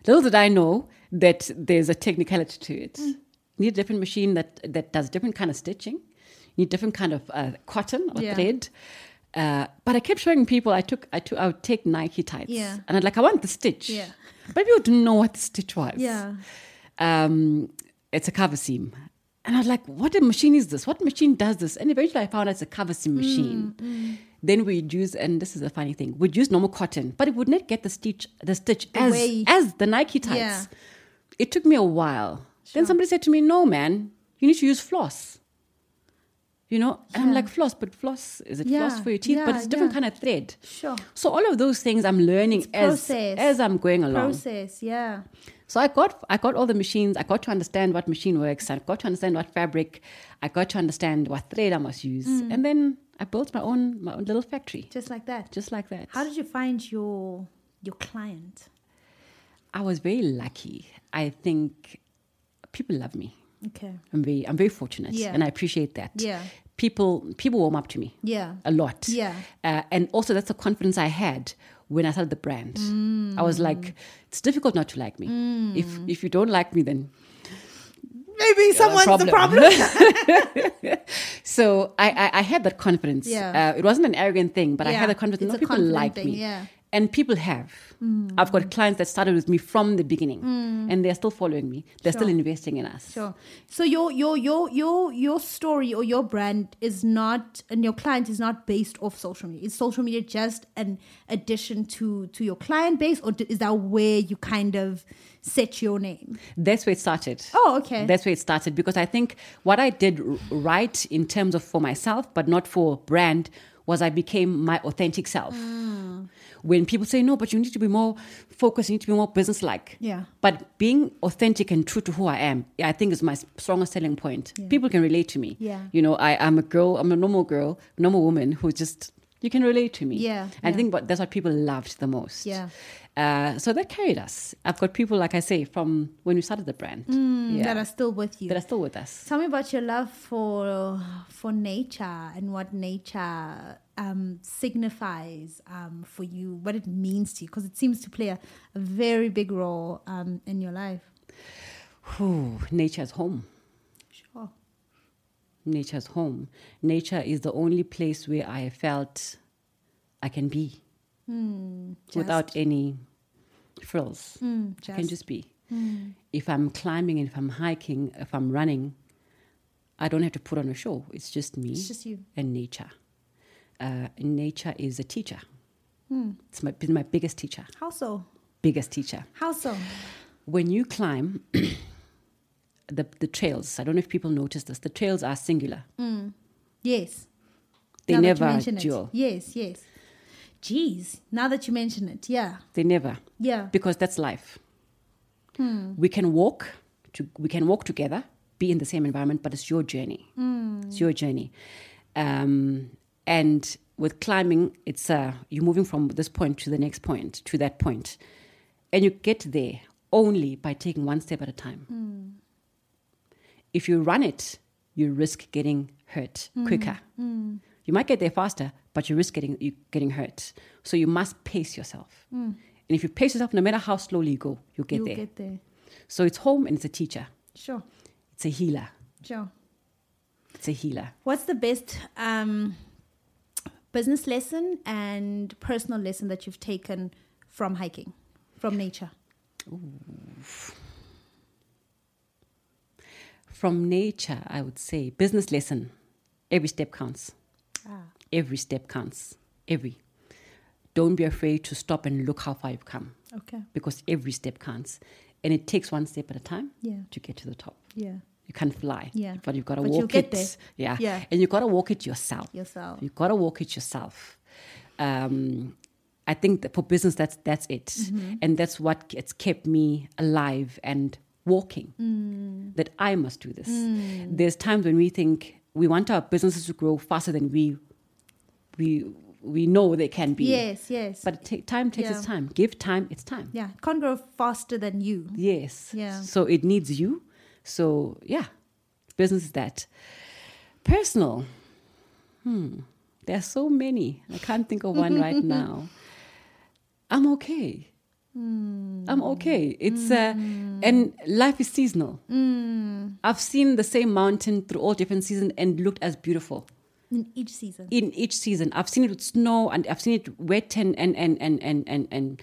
Little did I know that there's a technicality to Mm. it. You need a different machine that that does different kind of stitching. You need different kind of uh, cotton or Yeah. thread. Uh, but I kept showing people. I took. I took. I would take Nike tights, Yeah. and I'd like. I want the stitch, Yeah. but people didn't know what the stitch was yeah. um, it's a cover seam. And I was like, what a machine is this? What machine does this? And eventually I found out it's a cover seam machine. Mm, Then we'd use, and this is a funny thing, we'd use normal cotton, but it would not get the stitch, the stitch as, way- as the Nike tights. Yeah. It took me a while. Then somebody said to me, no, man, you need to use floss. You know, and I'm like, floss, but floss, is it floss Yeah, for your teeth? but yeah, it's different yeah. kind of thread. Sure. So all of those things I'm learning as, process. as I'm going along. Process. Yeah. So I got I got all the machines. I got to understand what machine works. I got to understand what fabric. I got to understand what thread I must use. Mm. And then I built my own my own little factory, Just like that. just like that. How did you find your your client? I was very lucky. I think people love me. Okay. I'm very I'm very fortunate, Yeah. and I appreciate that. Yeah. people people warm up to me Yeah. a lot. Yeah. Uh, and also, that's the confidence I had when I started the brand. Mm. I was like, it's difficult not to like me. If if you don't like me, then Maybe someone's the problem. so I, I, I had that confidence. Yeah. Uh, it wasn't an arrogant thing, but I Yeah, had the confidence. it's No, a people confident like thing, me. yeah. Mm. And people have. I've got clients that started with me from the beginning and they're still following me. They're still Sure. investing in us. Sure. So your your your your your story or your brand is not and your client is not based off social media. Is social media just an addition to to your client base, or d- is that where you kind of set your name? That's where it started. Oh, okay. That's where it started because I think what I did r- right in terms of for myself, but not for brand, was I became my authentic self. Hmm. When people say, no, but you need to be more focused, you need to be more business like. Yeah. But being authentic and true to who I am, I think is my s- strongest selling point. People can relate to me. Yeah. You know, I, I'm a girl, I'm a normal girl, normal woman who just, you can relate to me. Yeah, I yeah. think what, that's what people loved the most. Yeah. Uh, so that carried us. I've got people, like I say, from when we started the brand yeah, Mm, That are still with you. that are still with us. Tell me about your love for for nature and what nature um, signifies um, for you, what it means to you, because it seems to play a, a very big role um, in your life. Whew, nature's home. Sure. Nature's home. Nature is the only place where I felt I can be Hmm, without any frills. Mm, I can just be. Hmm. If I'm climbing and if I'm hiking, if I'm running, I don't have to put on a show. It's just me It's just you. and nature. Uh, nature is a teacher. Hmm. It's my, been my biggest teacher. How so? Biggest teacher. How so? when you climb the, the trails i don't know if people notice this the trails are singular Yes. they now that Mm. you never mention it. dual Yes, yes. Jeez, now that you mention it, yeah, they never yeah, because that's life Hmm. we can walk to, we can walk together be in the same environment but it's your journey Hmm. it's your journey um, and with climbing it's uh, you're moving from this point to the next point to that point and you get there only by taking one step at a time if you run it, you risk getting hurt Mm. quicker. You might get there faster, but you risk getting you getting hurt. So you must pace yourself. And if you pace yourself, no matter how slowly you go, you'll get Mm. you'll there. get there. so it's home and it's a teacher. Sure, It's a healer. sure. It's a healer. What's the best um, business lesson and personal lesson that you've taken from hiking, from nature? From nature, I would say business lesson. Every step counts. Ah. Every step counts. Every. Don't be afraid to stop and look how far you've come Okay. because every step counts. And it takes one step at a time Yeah. to get to the top. Yeah. You can't fly. Yeah. But you've got to But you'll walk get it. there. Yeah. Yeah. And you've got to walk it yourself. Yourself. You've got to walk it yourself. Um, I think that for business, that's that's it. Mm-hmm. And that's what k- it's kept me alive and walking. Mm. That I must do this. There's times when we think we want our businesses to grow faster than we we we know they can be. Yes, yes. But it ta- time takes its Yeah. time. Give time its time. yeah, can't grow faster than you. Yes. Yeah. So it needs you. So yeah, business is that. Personal. Hmm. There are so many. I can't think of one right now. I'm okay. I'm okay. It's uh, and life is seasonal. I've seen the same mountain through all different seasons and looked as beautiful In each season. in each season. I've seen it with snow and I've seen it wet and and and and and and, and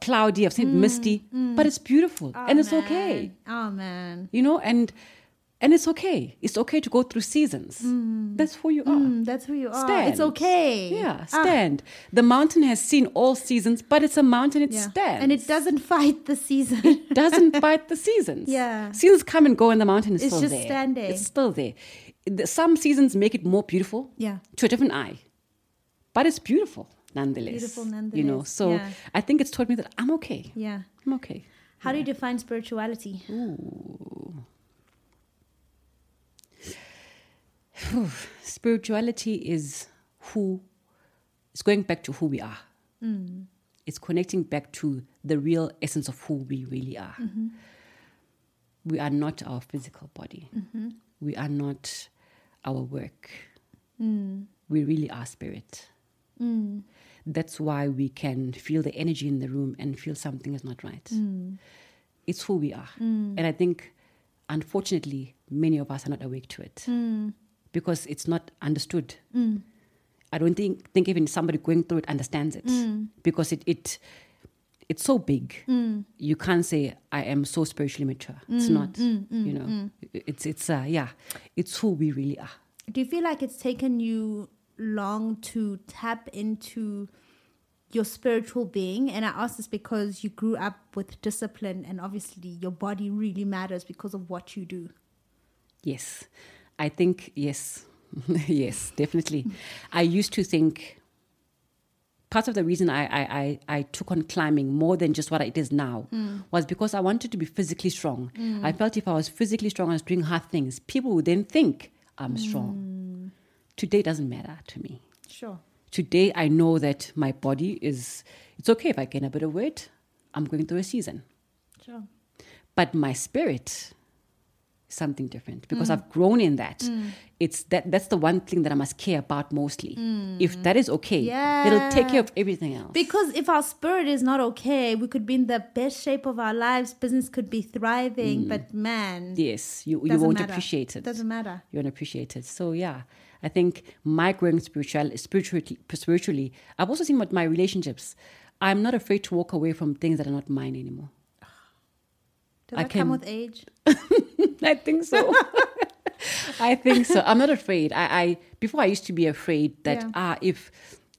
cloudy. I've seen it misty, but it's beautiful and it's okay. Oh man. You know, and and it's okay. It's okay to go through seasons. That's who you are. Mm, that's who you are. Stand. It's okay. Yeah, Ah, stand. The mountain has seen all seasons, but it's a mountain. It yeah. stands And it doesn't fight the season. doesn't bite the seasons. Yeah. Seasons come and go and the mountain is It's still just there. standing. It's still there. The- Some seasons make it more beautiful. Yeah. To a different eye. But it's beautiful nonetheless. Beautiful You know, nonetheless, so yeah. I think it's taught me that I'm okay. yeah. I'm okay. How do you define spirituality? Hmm? Phew. Spirituality is who it's going back to who we are. It's connecting back to the real essence of who we really are. we are not our physical body. We are not our work. We really are spirit. That's why we can feel the energy in the room and feel something is not right. It's who we are. And I think, unfortunately, many of us are not awake to it because it's not understood. I don't think, think even somebody going through it understands it because it, it it's so big. You can't say I am so spiritually mature. It's not. you know, it's it's uh, yeah, it's who we really are. Do you feel like it's taken you long to tap into your spiritual being? And I ask this because you grew up with discipline, and obviously your body really matters because of what you do. Yes, I think yes, yes, definitely. I used to think part of the reason I, I, I, I took on climbing more than just what it is now was because I wanted to be physically strong. I felt if I was physically strong, I was doing hard things. People would then think I'm strong. Today doesn't matter to me. Sure. Today I know that my body is. It's okay if I gain a bit of weight. I'm going through a season Sure. but my spirit is something different Mm. because i've grown in that it's that that's the one thing that i must care about mostly Mm. if that is okay it'll take care of everything else Because if our spirit is not okay, we could be in the best shape of our lives, business could be thriving, Hmm. but man, yes you, you doesn't won't matter. appreciate it Doesn't matter. you won't appreciate it so yeah i think my growing spiritual spiritually spiritually i've also seen with my relationships i'm not afraid to walk away from things that are not mine anymore Does I that come can- with age? I think so. I think so. I'm not afraid. I, I before I used to be afraid that Yeah. ah if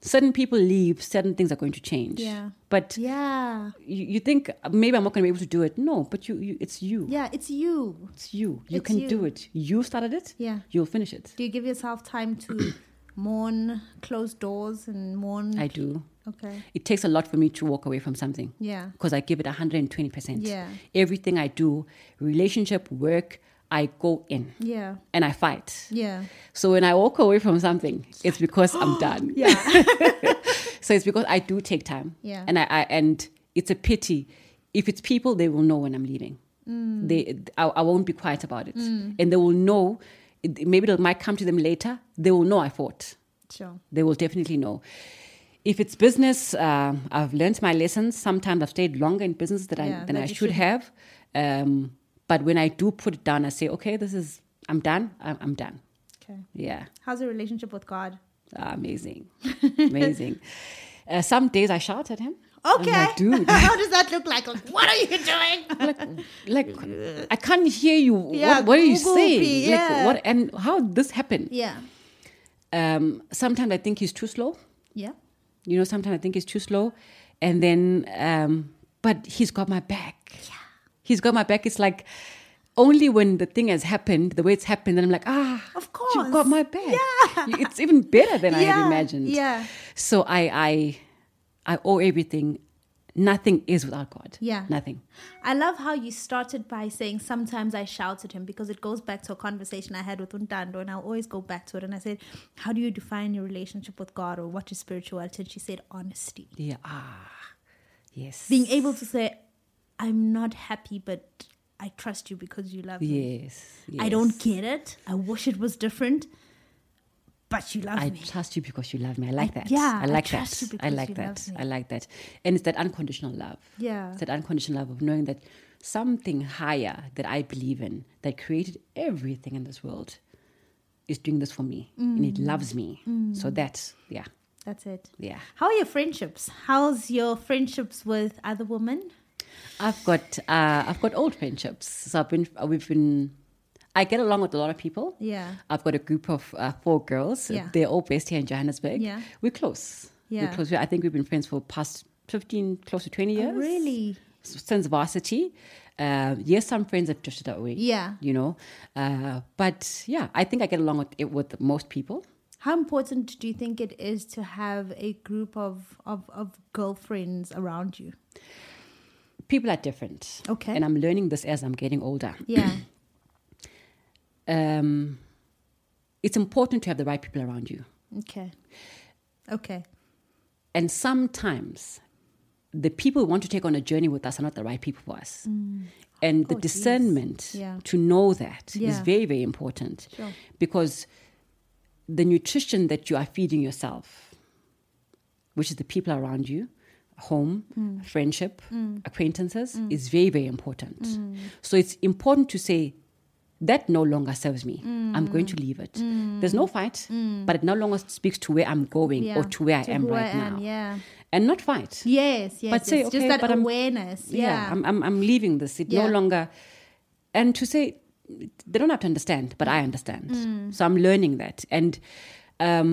certain people leave, certain things are going to change. Yeah. But Yeah. you, you think uh, maybe I'm not going to be able to do it. No, but you, you it's you. Yeah, it's you. It's you. You It's can you. do it. You started it. Yeah. You'll finish it. Do you give yourself time to mourn closed doors and mourn? I do. Okay. It takes a lot for me to walk away from something. Yeah. because I give it 120%. Yeah. Everything I do, relationship, work, I go in Yeah. and I fight. Yeah. So when I walk away from something, it's because I'm done. Yeah. So it's because I do take time. Yeah. And I, I and it's a pity. If it's people, they will know when I'm leaving. Mm. They I, I won't be quiet about it. And they will know it- maybe it might come to them later. They will know I fought. sure. They will definitely know. If it's business, um, I've learned my lessons. Sometimes I've stayed longer in business than Yeah, I than that I you should shouldn't. have. Um, but when I do put it down, I say, okay, this is I'm done. I'm, I'm done. Okay. Yeah. How's your relationship with God? Ah, Amazing. Amazing. Uh, some days I shout at him. I'm Okay. like, Oh dude, How does that look like? Like, what are you doing? like, like, I can't hear you. Yeah, what, what are you Google saying? P, yeah. Like, what and how did this happen? Yeah. Um, sometimes I think he's too slow. Yeah. You know, sometimes I think he's too slow, and then, um, but he's got my back. Yeah. He's got my back. It's like only when the thing has happened, the way it's happened, then I'm like, ah, Of you've course. got my back. Yeah. It's even better than I Yeah, had imagined. yeah. So I, I, I owe everything. Nothing is without God. Yeah. Nothing. I love how you started by saying sometimes I shout at him because it goes back to a conversation I had with Untando and I'll always go back to it. And I said, How do you define your relationship with God or what is spirituality? And she said, Honesty. Yeah. Ah. Yes. Being able to say, I'm not happy, but I trust you because you love me. yes. Yes. I don't get it. I wish it was different, but you love I me. trust you because you love me. I like that. yeah, I I like trust you that. I because like you that. love me. I like that. And it's that unconditional love. Yeah. It's that unconditional love of knowing that something higher that I believe in, that created everything in this world, is doing this for me. And Mm. it loves me. So that, yeah, That's it. yeah. How are your friendships? How's your friendships with other women? I've got uh, I've got old friendships. So I've been we've been I get along with a lot of people. Yeah. I've got a group of uh, four girls. Yeah. They're all based here in Johannesburg. Yeah. We're close. Yeah. Oh, We're close. I think we've been friends for past 15, close to 20 years. Really? S- Since varsity. Um yes, some friends have drifted away. Yeah. You know, uh, but yeah, I think I get along with it with most people. How important do you think it is to have a group of, of, of girlfriends around you? People are different. Okay. And I'm learning this as I'm getting older. Yeah. Um, it's important to have the right people around you. okay. Okay. And sometimes the people who want to take on a journey with us are not the right people for us. and the Oh, geez. discernment Yeah. to know that is Yeah. very very important Sure. because the nutrition that you are feeding yourself which is the people around you home Mm. friendship acquaintances is very very important Mm. so it's important to say that no longer serves me i'm Mm. going to leave it there's no fight but it no longer speaks to where i'm going Yeah. or to where i am who right I am, now Yeah. and not fight Yes. Yes. But say, yes. okay, just that but I'm- awareness. yeah, Yeah. I'm, I'm I'm leaving this. It Yeah. no longer, and to say they don't have to understand, but I understand. Mm. So I'm learning that, and um,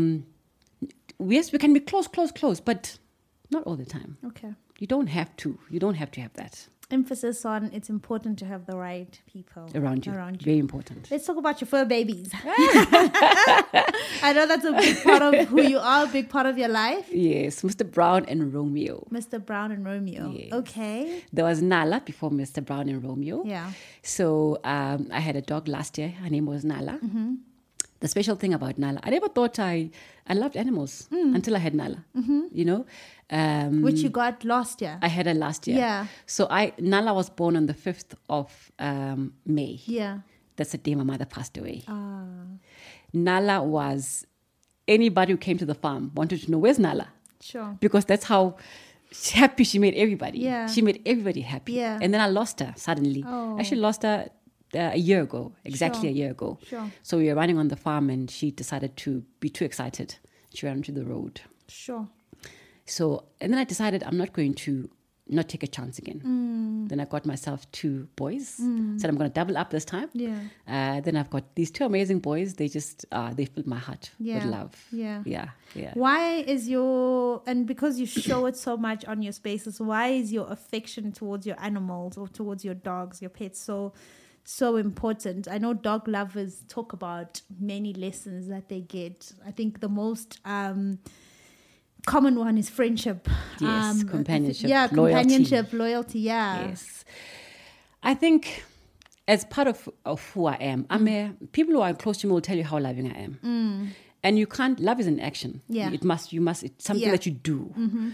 yes, we can be close, close, close, but not all the time. okay. You don't have to. You don't have to have that Emphasis on it's important to have the right people around you. Around you. Very important. Let's talk about your fur babies. I know that's a big part of who you are, a big part of your life. Yes, Mr. Brown and Romeo. Mr. Brown and Romeo. Yes. Okay. There was Nala before Mr. Brown and Romeo. Yeah. So um, I had a dog last year. Her name was Nala. Mm-hmm. The special thing about Nala, I never thought I I loved animals until I had Nala. You know, um, Mm. Mm-hmm. Which you got last year. I had her last year. Yeah. So I Nala was born on the fifth of um, May. yeah. Ah. That's the day my mother passed away. Nala was anybody who came to the farm wanted to know where's Nala Sure. because that's how happy she made everybody. Yeah. She made everybody happy. Yeah. And then I lost her suddenly. Oh. I actually lost her uh, a year ago, exactly Sure. a year ago. Sure. So we were running on the farm and she decided to be too excited. She ran onto the road. Sure. So, and then I decided I'm not going to not take a chance again. Mm. Then I got myself two boys. Said I'm going to double up this time. Yeah. Uh, then I've got these two amazing boys. They just uh, they filled my heart with Yeah. love. Yeah. yeah, yeah. Why is your and because you show it so much on your spaces, why is your affection towards your animals or towards your dogs, your pets so so important? I know dog lovers talk about many lessons that they get. I think the most um common one is friendship. Yes, um, companionship, Yeah, loyalty. companionship, loyalty, yeah. Yes. I think as part of, of who I am, I'm a, Mm. people who are close to me will tell you how loving I am. And you can't, love is an action. Yeah. It must, you must, it's something Yeah. Mm-hmm. that you do.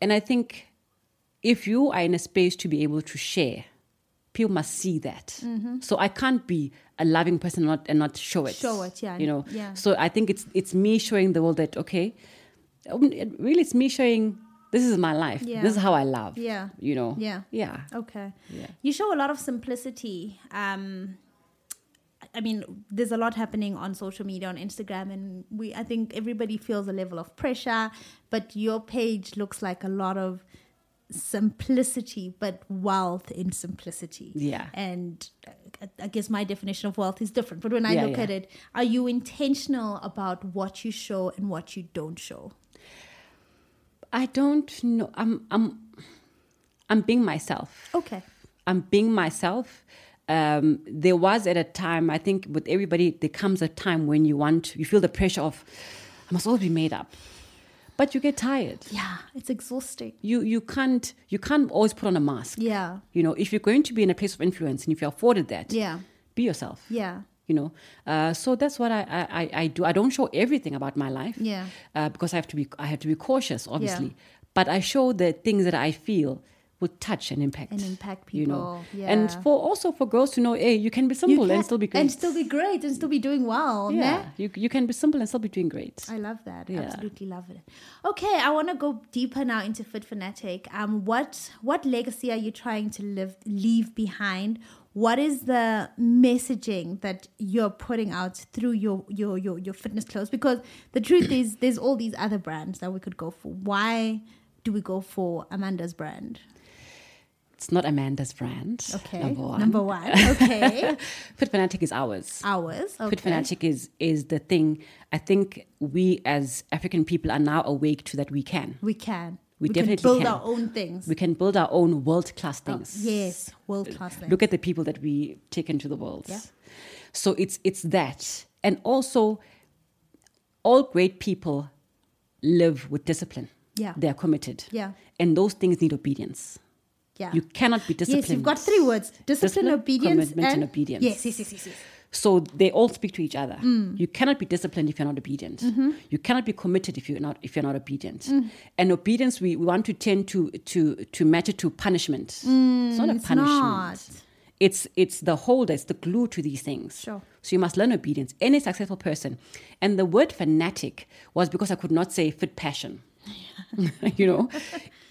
And I think if you are in a space to be able to share, people must see that. Mm-hmm. So I can't be a loving person and not, and not show it. Show it, yeah, You know, yeah. so I think it's, it's me showing the world that, okay, um, it- really it's me showing this is my life. Yeah. This is how I love. Yeah. You know? Yeah. Yeah. Okay. Yeah. You show a lot of simplicity. Um, I mean, there's a lot happening on social media, on Instagram, and we. I think everybody feels a level of pressure, but your page looks like a lot of simplicity, but wealth in simplicity. Yeah. And uh, I guess my definition of wealth is different. But when I Yeah, look yeah. at it, are you intentional about what you show and what you don't show? I don't know. I'm I'm I'm being myself. Okay. I'm being myself. Um, there was at a time, I think, with everybody, there comes a time when you want, you feel the pressure of, I must always be made up, but you get tired. Yeah, it's exhausting. You you can't you can't always put on a mask. Yeah. You know, if you're going to be in a place of influence and if you're afforded that, Yeah. be yourself. Yeah. You know, uh, so that's what I, I, I- I do. I don't show everything about my life, Yeah. uh, because I have to be I have to be cautious, obviously. But I show the things that I feel will touch and impact And impact You know, people, and yeah. for also for girls to know, hey, you can be You simple can- and still be great. And still be great and still be doing well. yeah, Yeah. you you can be simple and still be doing great. I love that. Yeah. Absolutely love it. Okay, I want to go deeper now into Fit Fanatic. Um, what what legacy are you trying to live leave behind? What is the messaging that you're putting out through your your your, your fitness clothes? Because the truth is, there's all these other brands that we could go for. Why do we go for Amanda's brand? It's not Amanda's brand. Okay, number one. Number one. Okay, Fit Fanatic is ours. ours. Okay. Fit fanatic is is the thing. I think we as African people are now awake to that we can. We can. We definitely can build can. our own things. We can build our own world class things. Oh, Yes, world class thing. Look at the people that we take into the world. Yeah. So it's it's that. And also all great people live with discipline. Yeah. They are committed. Yeah. And those things need obedience. Yeah. You cannot be disciplined. yes, you've got three words: discipline, Discipline, obedience, commitment, and obedience. Yes, yes, yes, yes, yes. So they all speak to each other. Mm. You cannot be disciplined if you're not obedient. Mm-hmm. You cannot be committed if you're not if you're not obedient. Mm. And obedience, we, we want to tend to to to match it to punishment. it's not a Mm, it's punishment. not. It's it's the holder, it's the glue to these things. Sure. So you must learn obedience. Any successful person. And the word fanatic was because I could not say fit passion. you know?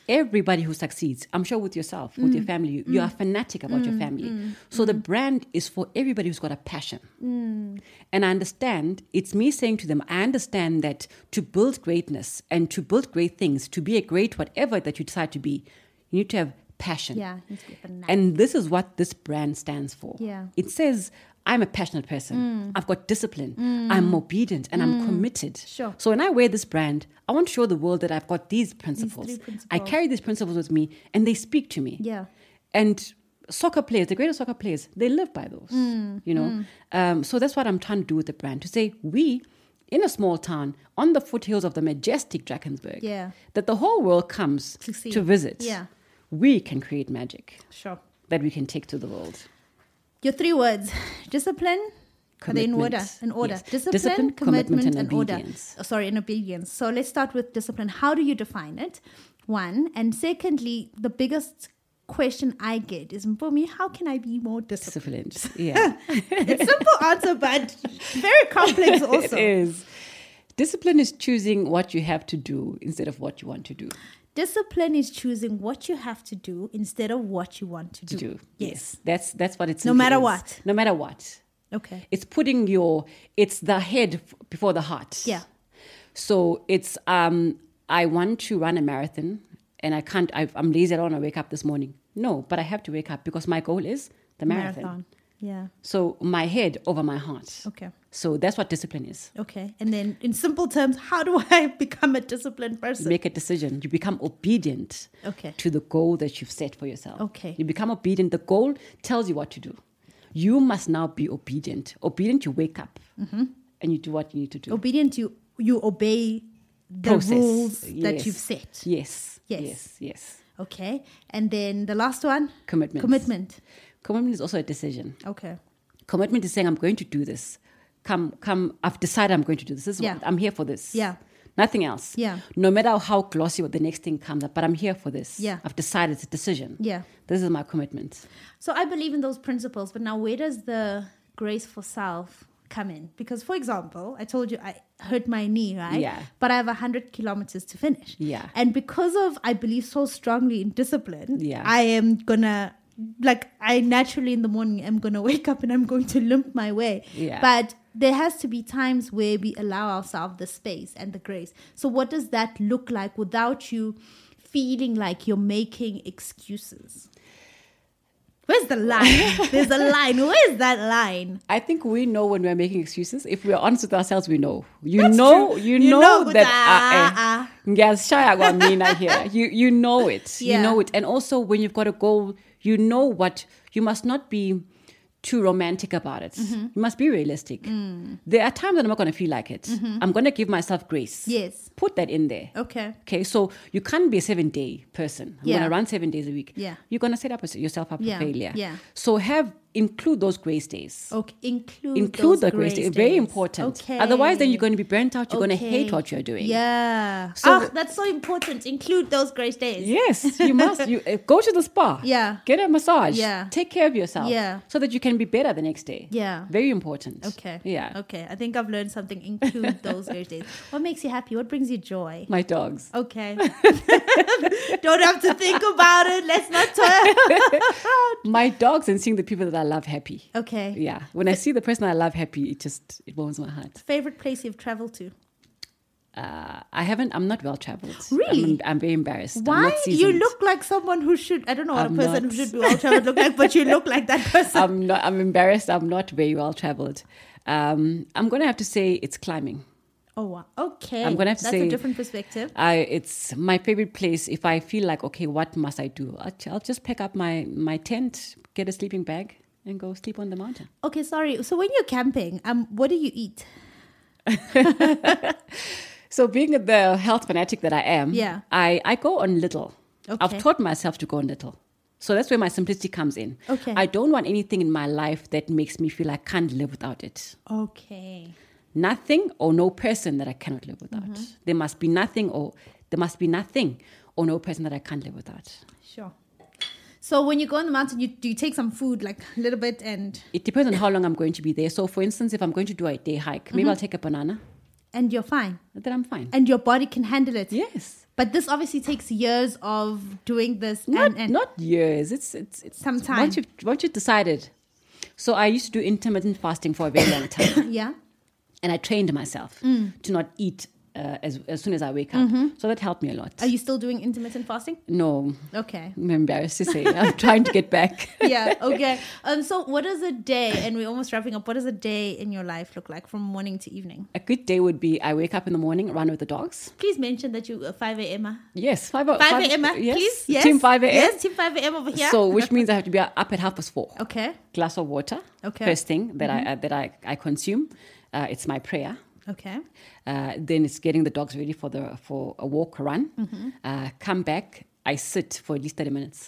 Everybody who succeeds, I'm sure with yourself, with Mm. your family, you, you are fanatic about your family. So the brand is for everybody who's got a passion. Mm. And I understand, it's me saying to them, I understand that to build greatness and to build great things, to be a great whatever that you decide to be, you need to have passion. Yeah, you need to be fanatic. And this is what this brand stands for. Yeah. Mm. It says, I'm a passionate person. I've got discipline. I'm obedient and I'm committed. Sure. So when I wear this brand, I want to show the world that I've got these principles. I principles. carry these principles with me and they speak to me. Yeah. And soccer players, the greatest soccer players, they live by those, Mm. you know. Um, so that's what I'm trying to do with the brand to say we, in a small town on the foothills of the majestic Drakensberg, Yeah. that the whole world comes To see. to visit. Yeah. We can create magic Sure. that we can take to the world. Your three words: discipline. Are they in order? Commitment. In order. Yes. Discipline, Discipline, commitment, commitment, and, and order. obedience. Oh, sorry, and obedience. So let's start with discipline. How do you define it? One, and secondly, the biggest question I get is, Mpumi, how can I be more disciplined? Disciplined. Yeah. it's simple answer, but very complex also. it is. Discipline is choosing what you have to do instead of what you want to do. Discipline is choosing what you have to do instead of what you want to do. To do. Yes. That's that's what it's No matter what. No matter what. Okay. It's putting your it's the head f- before the heart. Yeah. So it's um I want to run a marathon and I can't I, I'm lazy. I don't want to wake up this morning. No, but I have to wake up because my goal is the marathon. Yeah. So my head over my heart. Okay. So that's what discipline is. Okay. And then in simple terms, how do I become a disciplined You person? make a decision. You become obedient Okay. to the goal that you've set for yourself. Okay. You become obedient. The goal tells you what to do. You must now be obedient. Obedient, you wake up Mm-hmm. and you do what you need to do. Obedient you you obey the Process. rules that Yes. you've set. Yes. Yes. Yes. Yes. Okay. And then the last one? Commitment. Commitment. Commitment is also a decision. Okay. Commitment is saying, I'm going to do this. Come, come, I've decided I'm going to do this. this is Yeah. what, I'm here for this. Yeah. Nothing else. Yeah. No matter how glossy what the next thing comes up, but I'm here for this. Yeah. I've decided it's a decision. Yeah. This is my commitment. So I believe in those principles, but now where does the grace for self come in? Because, for example, I told you I hurt my knee, right? Yeah. But I have 100 kilometers to finish. Yeah. And because of, I believe so strongly in discipline, Yeah. I am going to. Like I naturally in the morning am gonna wake up and I'm going to limp my way. Yeah. But there has to be times where we allow ourselves the space and the grace. So what does that look like without you feeling like you're making excuses? Where's the line? There's a line. Where's that line? I think we know when we're making excuses. If we're honest with ourselves, we know. You That's know, true. you, You know, know, that. Uh, uh, yes, Shaya got Mina here. You you know it. Yeah. You know it. And also, when you've got a goal, you know what you must not be too romantic about it. Mm-hmm. You must be realistic. Mm. There are times that I'm not going to feel like it. I'm going to give myself grace. Mm-hmm. Yes. Put that in there. Okay. Okay, so you can't be a seven day person. I'm Yeah. gonna run seven days a week. Yeah. You're gonna set up yourself up Yeah, for failure. yeah. So have include those grace days Okay. Include include those the grace grace days. Very days. important. Okay. Otherwise, then you're going to be burnt out. You're going to Okay. hate what you're doing. Yeah. So- ah, that's so important. Include those grace days. Yes, you must. You uh, go to the spa. Yeah. Get a massage. Yeah. Take care of yourself. Yeah. So that you can be better the next day. Yeah. Very important. Okay. Yeah. Okay. I think I've learned something. Include those grace days. What makes you happy? What brings you joy? My dogs. Okay. Don't have to think about it. Let's not talk. My dogs and seeing the people that I love happy. Okay. Yeah. When I see the person I love happy, it just it warms my heart. Favorite place you've traveled to? Uh, I haven't. I'm not well traveled. Really? I'm, I'm very embarrassed. I'm Why not you seasoned. look like someone who should? I don't know what I'm a not. person who should be well traveled look like, but you look like that person. I'm not. I'm embarrassed. I'm not very well traveled. Um, I'm gonna have to say it's climbing. oh wow. Okay. I'm gonna have to That's say- a different perspective. I it's my favorite place. If I feel like okay, what must I do? I'll, I'll just pack up my my tent, get a sleeping bag, and go sleep on the mountain. Okay, sorry. So when you're camping, um, what do you eat? So being the health fanatic that I am, Yeah. I I go on little. Okay. I've taught myself to go on little. So that's where my simplicity comes in. Okay. I don't want anything in my life that makes me feel I can't live without it. Okay. Nothing or no person that I cannot live without. Mm-hmm. There must be nothing or there must be nothing or no person that I can't live without. Sure. So when you go on the mountain, you do you take some food, like a little bit, and It depends on how long I'm going to be there. So, for instance, if I'm going to do a day hike, maybe I'll take a banana, and you're fine, then I'm fine. Mm-hmm. and your body can handle it. yes. But this obviously takes years of doing this, Not, and, and not years. It's, it's, it's Some time. Once you've, once you've decided. So, I used to do intermittent fasting for a very long time. yeah, and I trained myself Mm. to not eat uh, as, as soon as I wake up. So that helped me a lot. Mm-hmm. are you still doing intermittent fasting? no, Okay. I'm embarrassed to say. I'm trying to get back. yeah okay um so what does a day and we're almost wrapping up what does a day in your life look like from morning to evening A good day would be I wake up in the morning, run with the dogs. please mention that you uh, 5 a.m -er. Yes, five 5 a.m -er, Yes, please yes team five a.m. yes team 5 a.m over here So, which means I have to be up at half past four. okay Glass of water, Okay. Mm-hmm. first thing that I uh, that I, I consume. Uh, it's my prayer. okay Uh, then it's getting the dogs ready for the for a walk, a run. Mm-hmm. Uh, come back. I sit for at least thirty minutes.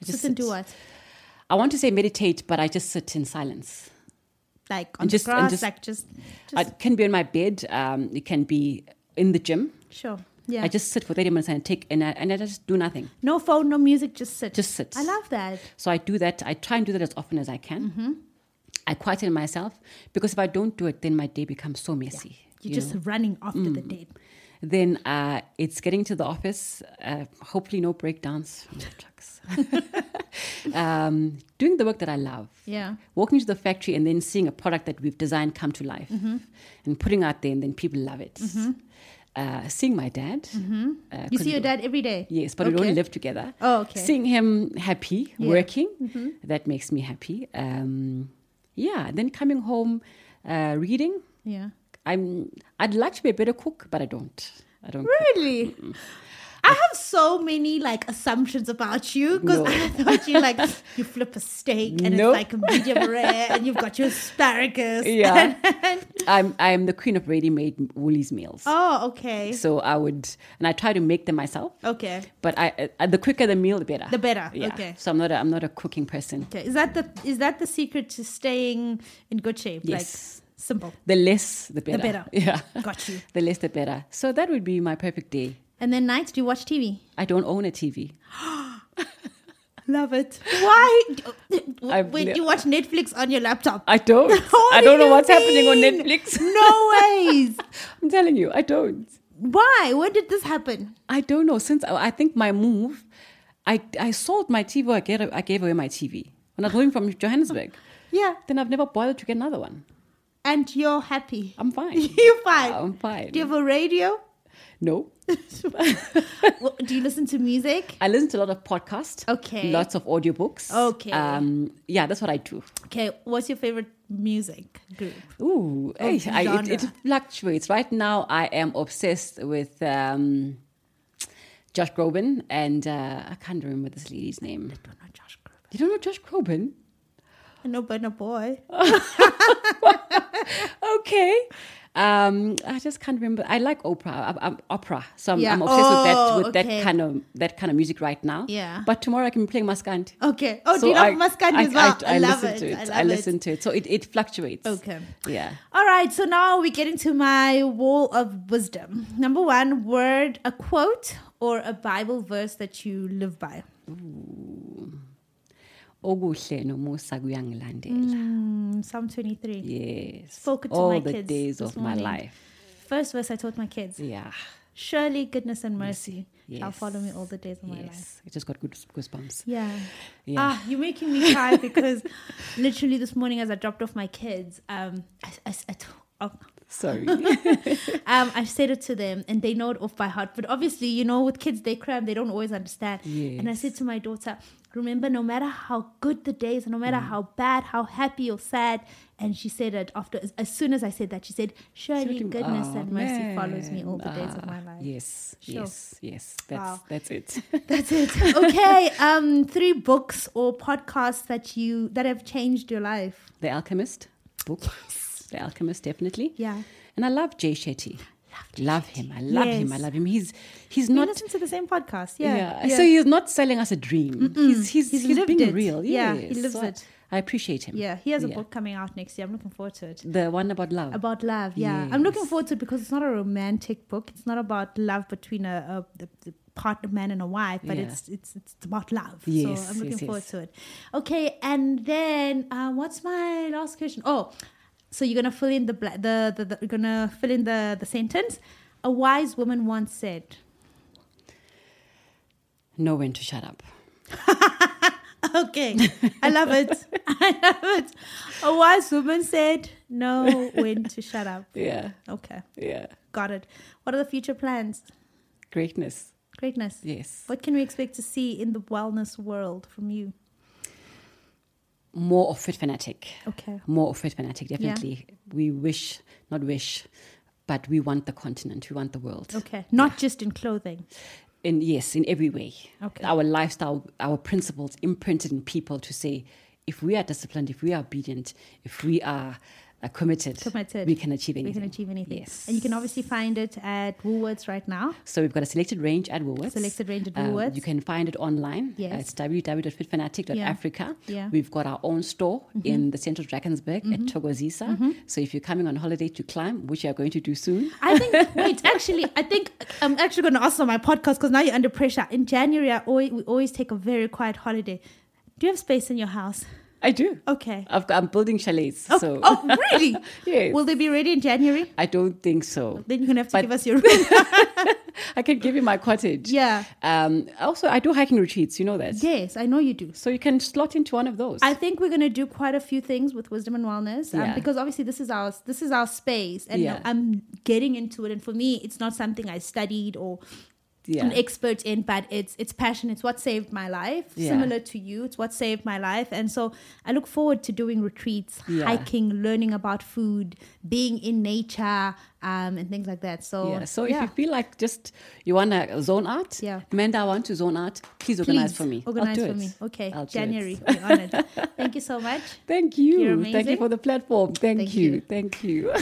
I sit and do what I want to say meditate, but I just sit in silence. like on just- the and grass just- like just just It can be in my bed. Um, it can be in the gym. sure yeah I just sit for 30 minutes and I take and I, and I just do nothing. no phone no music just sit Just sit. i love that So I do that. I try and do that as often as I can. Mm-hmm. I quieten myself because if I don't do it, then my day becomes so messy. you're you just know. running after the Mm. day then uh, it's getting to the office. Uh, hopefully, no breakdowns from the trucks. um, doing the work that I love. yeah walking into the factory and then seeing a product that we've designed come to life Mm-hmm. and putting out there and then people love it. Uh, seeing my dad. uh, Mm-hmm. you 'cause see we your dad every day don't- Yes, but we Okay. don't live together. Oh, okay. Seeing him happy, Yeah. Mm-hmm. working, that makes me happy. Um, yeah, then coming home, uh, reading. yeah I'm. I'd like to be a better cook, but I don't. I don't. Really? I have so many like assumptions about you because No. I thought you like you flip a steak and Nope. it's like medium rare and you've got your asparagus. Yeah. I'm. I'm the queen of ready-made Woolies meals. Oh, okay. So I would, and I try to make them myself. Okay. But I, uh, the quicker the meal, the better. The better. Yeah. Okay. So I'm not a, I'm not a cooking person. Okay. Is that the is that the secret to staying in good shape? Yes. Like simple. The less, the better. better. Yeah. Got you. The less, the better. So that would be my perfect day. And then nights, do you watch TV? I don't own a TV. Love it. Why? I've Wait, ne- you watch Netflix on your laptop? I don't. What I do don't know you what's happening on mean? Netflix. No ways. I'm telling you, I don't. Why? When did this happen? I don't know. Since I I think my move, I, I sold my TV. I gave, I gave away my TV when I was moving from Johannesburg. Yeah. Then I've never bothered to get another one. And you're happy. I'm fine. You're fine. I'm fine. Do you have a radio? No. Well, Do you listen to music? I listen to a lot of podcasts. Okay. Lots of audiobooks. Okay. Um, yeah, that's what I do. Okay, what's your favorite music group? Ooh, eh, I, it, it genre. fluctuates. Right now, I am obsessed with um, Josh Groban, and uh, I can't remember this lady's name. I don't know Josh Groban. You don't know Josh Groban? I know Burner Boy. Okay. Um, I just can't remember. I like Oprah. I, I'm opera, so I'm, Yeah. I'm obsessed Oh, with that with okay. that kind of that kind of music right now. Yeah. But tomorrow I can be playing Maskand. Okay. Oh, do So you love I- Maskandi I- as well? I, I love listen it. to it. I I, love listen to it. So it, it fluctuates. it. Okay. Yeah. All right, so now we're getting to my wall of wisdom. Number one, word, a quote, or a Bible verse that you live by. Okuhle nomusa kuyangilandela. Mm, Psalm 23. Yes. Spoke it to All my the kids days this of my morning. life. First verse I taught my kids Yeah. Surely goodness and mercy shall Yes. follow me all the days of my life. Yes. It just got good goosebumps. Yeah. Yeah. Ah, you're making me cry because literally this morning as I dropped off my kids, um, I, I, I t- oh, Sorry. um, I said it to them and they know it off by heart. But obviously, you know, with kids, they cram, they don't always understand. And I said to my daughter, remember, no matter how good the days, no Mm. matter how bad, how happy or sad, and she said it after, as, as soon as I said that, she said, surely Shouldn't- goodness oh, and mercy follows me all the man. days of my Ah, life. Yes. Sure. Yes. Yes. That's Wow. that's it. That's it. Okay. Um, three books or podcasts that you that have changed your life. the Alchemist book. The Alchemist definitely. Yeah. And I love Jay Shetty. Love him. I love him. I Yes. love him. He's he's You not listen to the same podcast. Yeah. yeah. So he's not selling us a dream. He's he's He's he's, lived being it. real. Yeah, Yes. he lives So it. I appreciate him. Yeah, He has a Yeah. book coming out next year. I'm looking forward to it. The one about love. About love. Yeah. I'm looking forward to it because it's not a romantic book. It's not about love between a, a the, the partner, man and a wife, but Yeah. it's it's it's about love. Yes, so I'm looking yes, forward yes. to it. Okay, and then uh, what's my last question? Oh, so you're gonna fill in the bla- the, the, the you're gonna fill in the the sentence. A wise woman once said. Know when to shut up. Okay, I love it. I love it. A wise woman said, "Know when to shut up." Yeah, Okay, yeah. got it. What are the future plans? Greatness. Greatness. Yes. What can we expect to see in the wellness world from you? More of fit fanatic. Okay. More of fit fanatic, definitely. We wish, not wish, but we want the continent. We want the world. Okay. Not just in clothing. In yes, in every way. Okay. Our lifestyle, our principles imprinted in people to say, if we are disciplined, if we are obedient, if we are uh, committed, Committed. we can achieve anything. We can achieve anything. Yes. And you can obviously find it at Woolworths right now. So we've got a selected range at Woolworths. Selected range at Um, Woolworths. you can find it online. Uh, Yes. It's www.fitfanatic.africa. Yeah. Mm-hmm. Yeah. We've got our own store in the center of Drakensberg at Togozisa. Mm-hmm. So if you're coming on holiday to climb, which you are going to do soon, I think, wait, actually, I think I'm actually going to ask on my podcast because now you're under pressure. In January, I always, we always take a very quiet holiday. Do you have space in your house? I do. Okay. I've got, I'm building chalets. Oh, so oh, really? Yes. Will they be ready in January? I don't think so. Then you're going to have to But- give us your room. I can give you my cottage. Yeah. Um, also, I do hiking retreats. You know that. yes, I know you do. So you can slot into one of those. I think we're gonna do quite a few things with wisdom and wellness um, Yeah. because obviously this is our this is our space, and Yeah. I'm getting into it. And for me, it's not something I studied or yeah. an expert in, but it's it's passion. It's what saved my life. Yeah. Similar to you, it's what saved my life, and so I look forward to doing retreats, Yeah. hiking, learning about food, being in nature, um, and things like that. So Yeah. So yeah. if you feel like just you want to zone out, Yeah. Amanda, I want to zone out. Please organize Please, for me. I'll Organize do for it. me. Okay, I'll do it. January. We're on it. Thank you so much. Thank You're you. Thank amazing. you for the platform. Thank, Thank you. you. Thank you.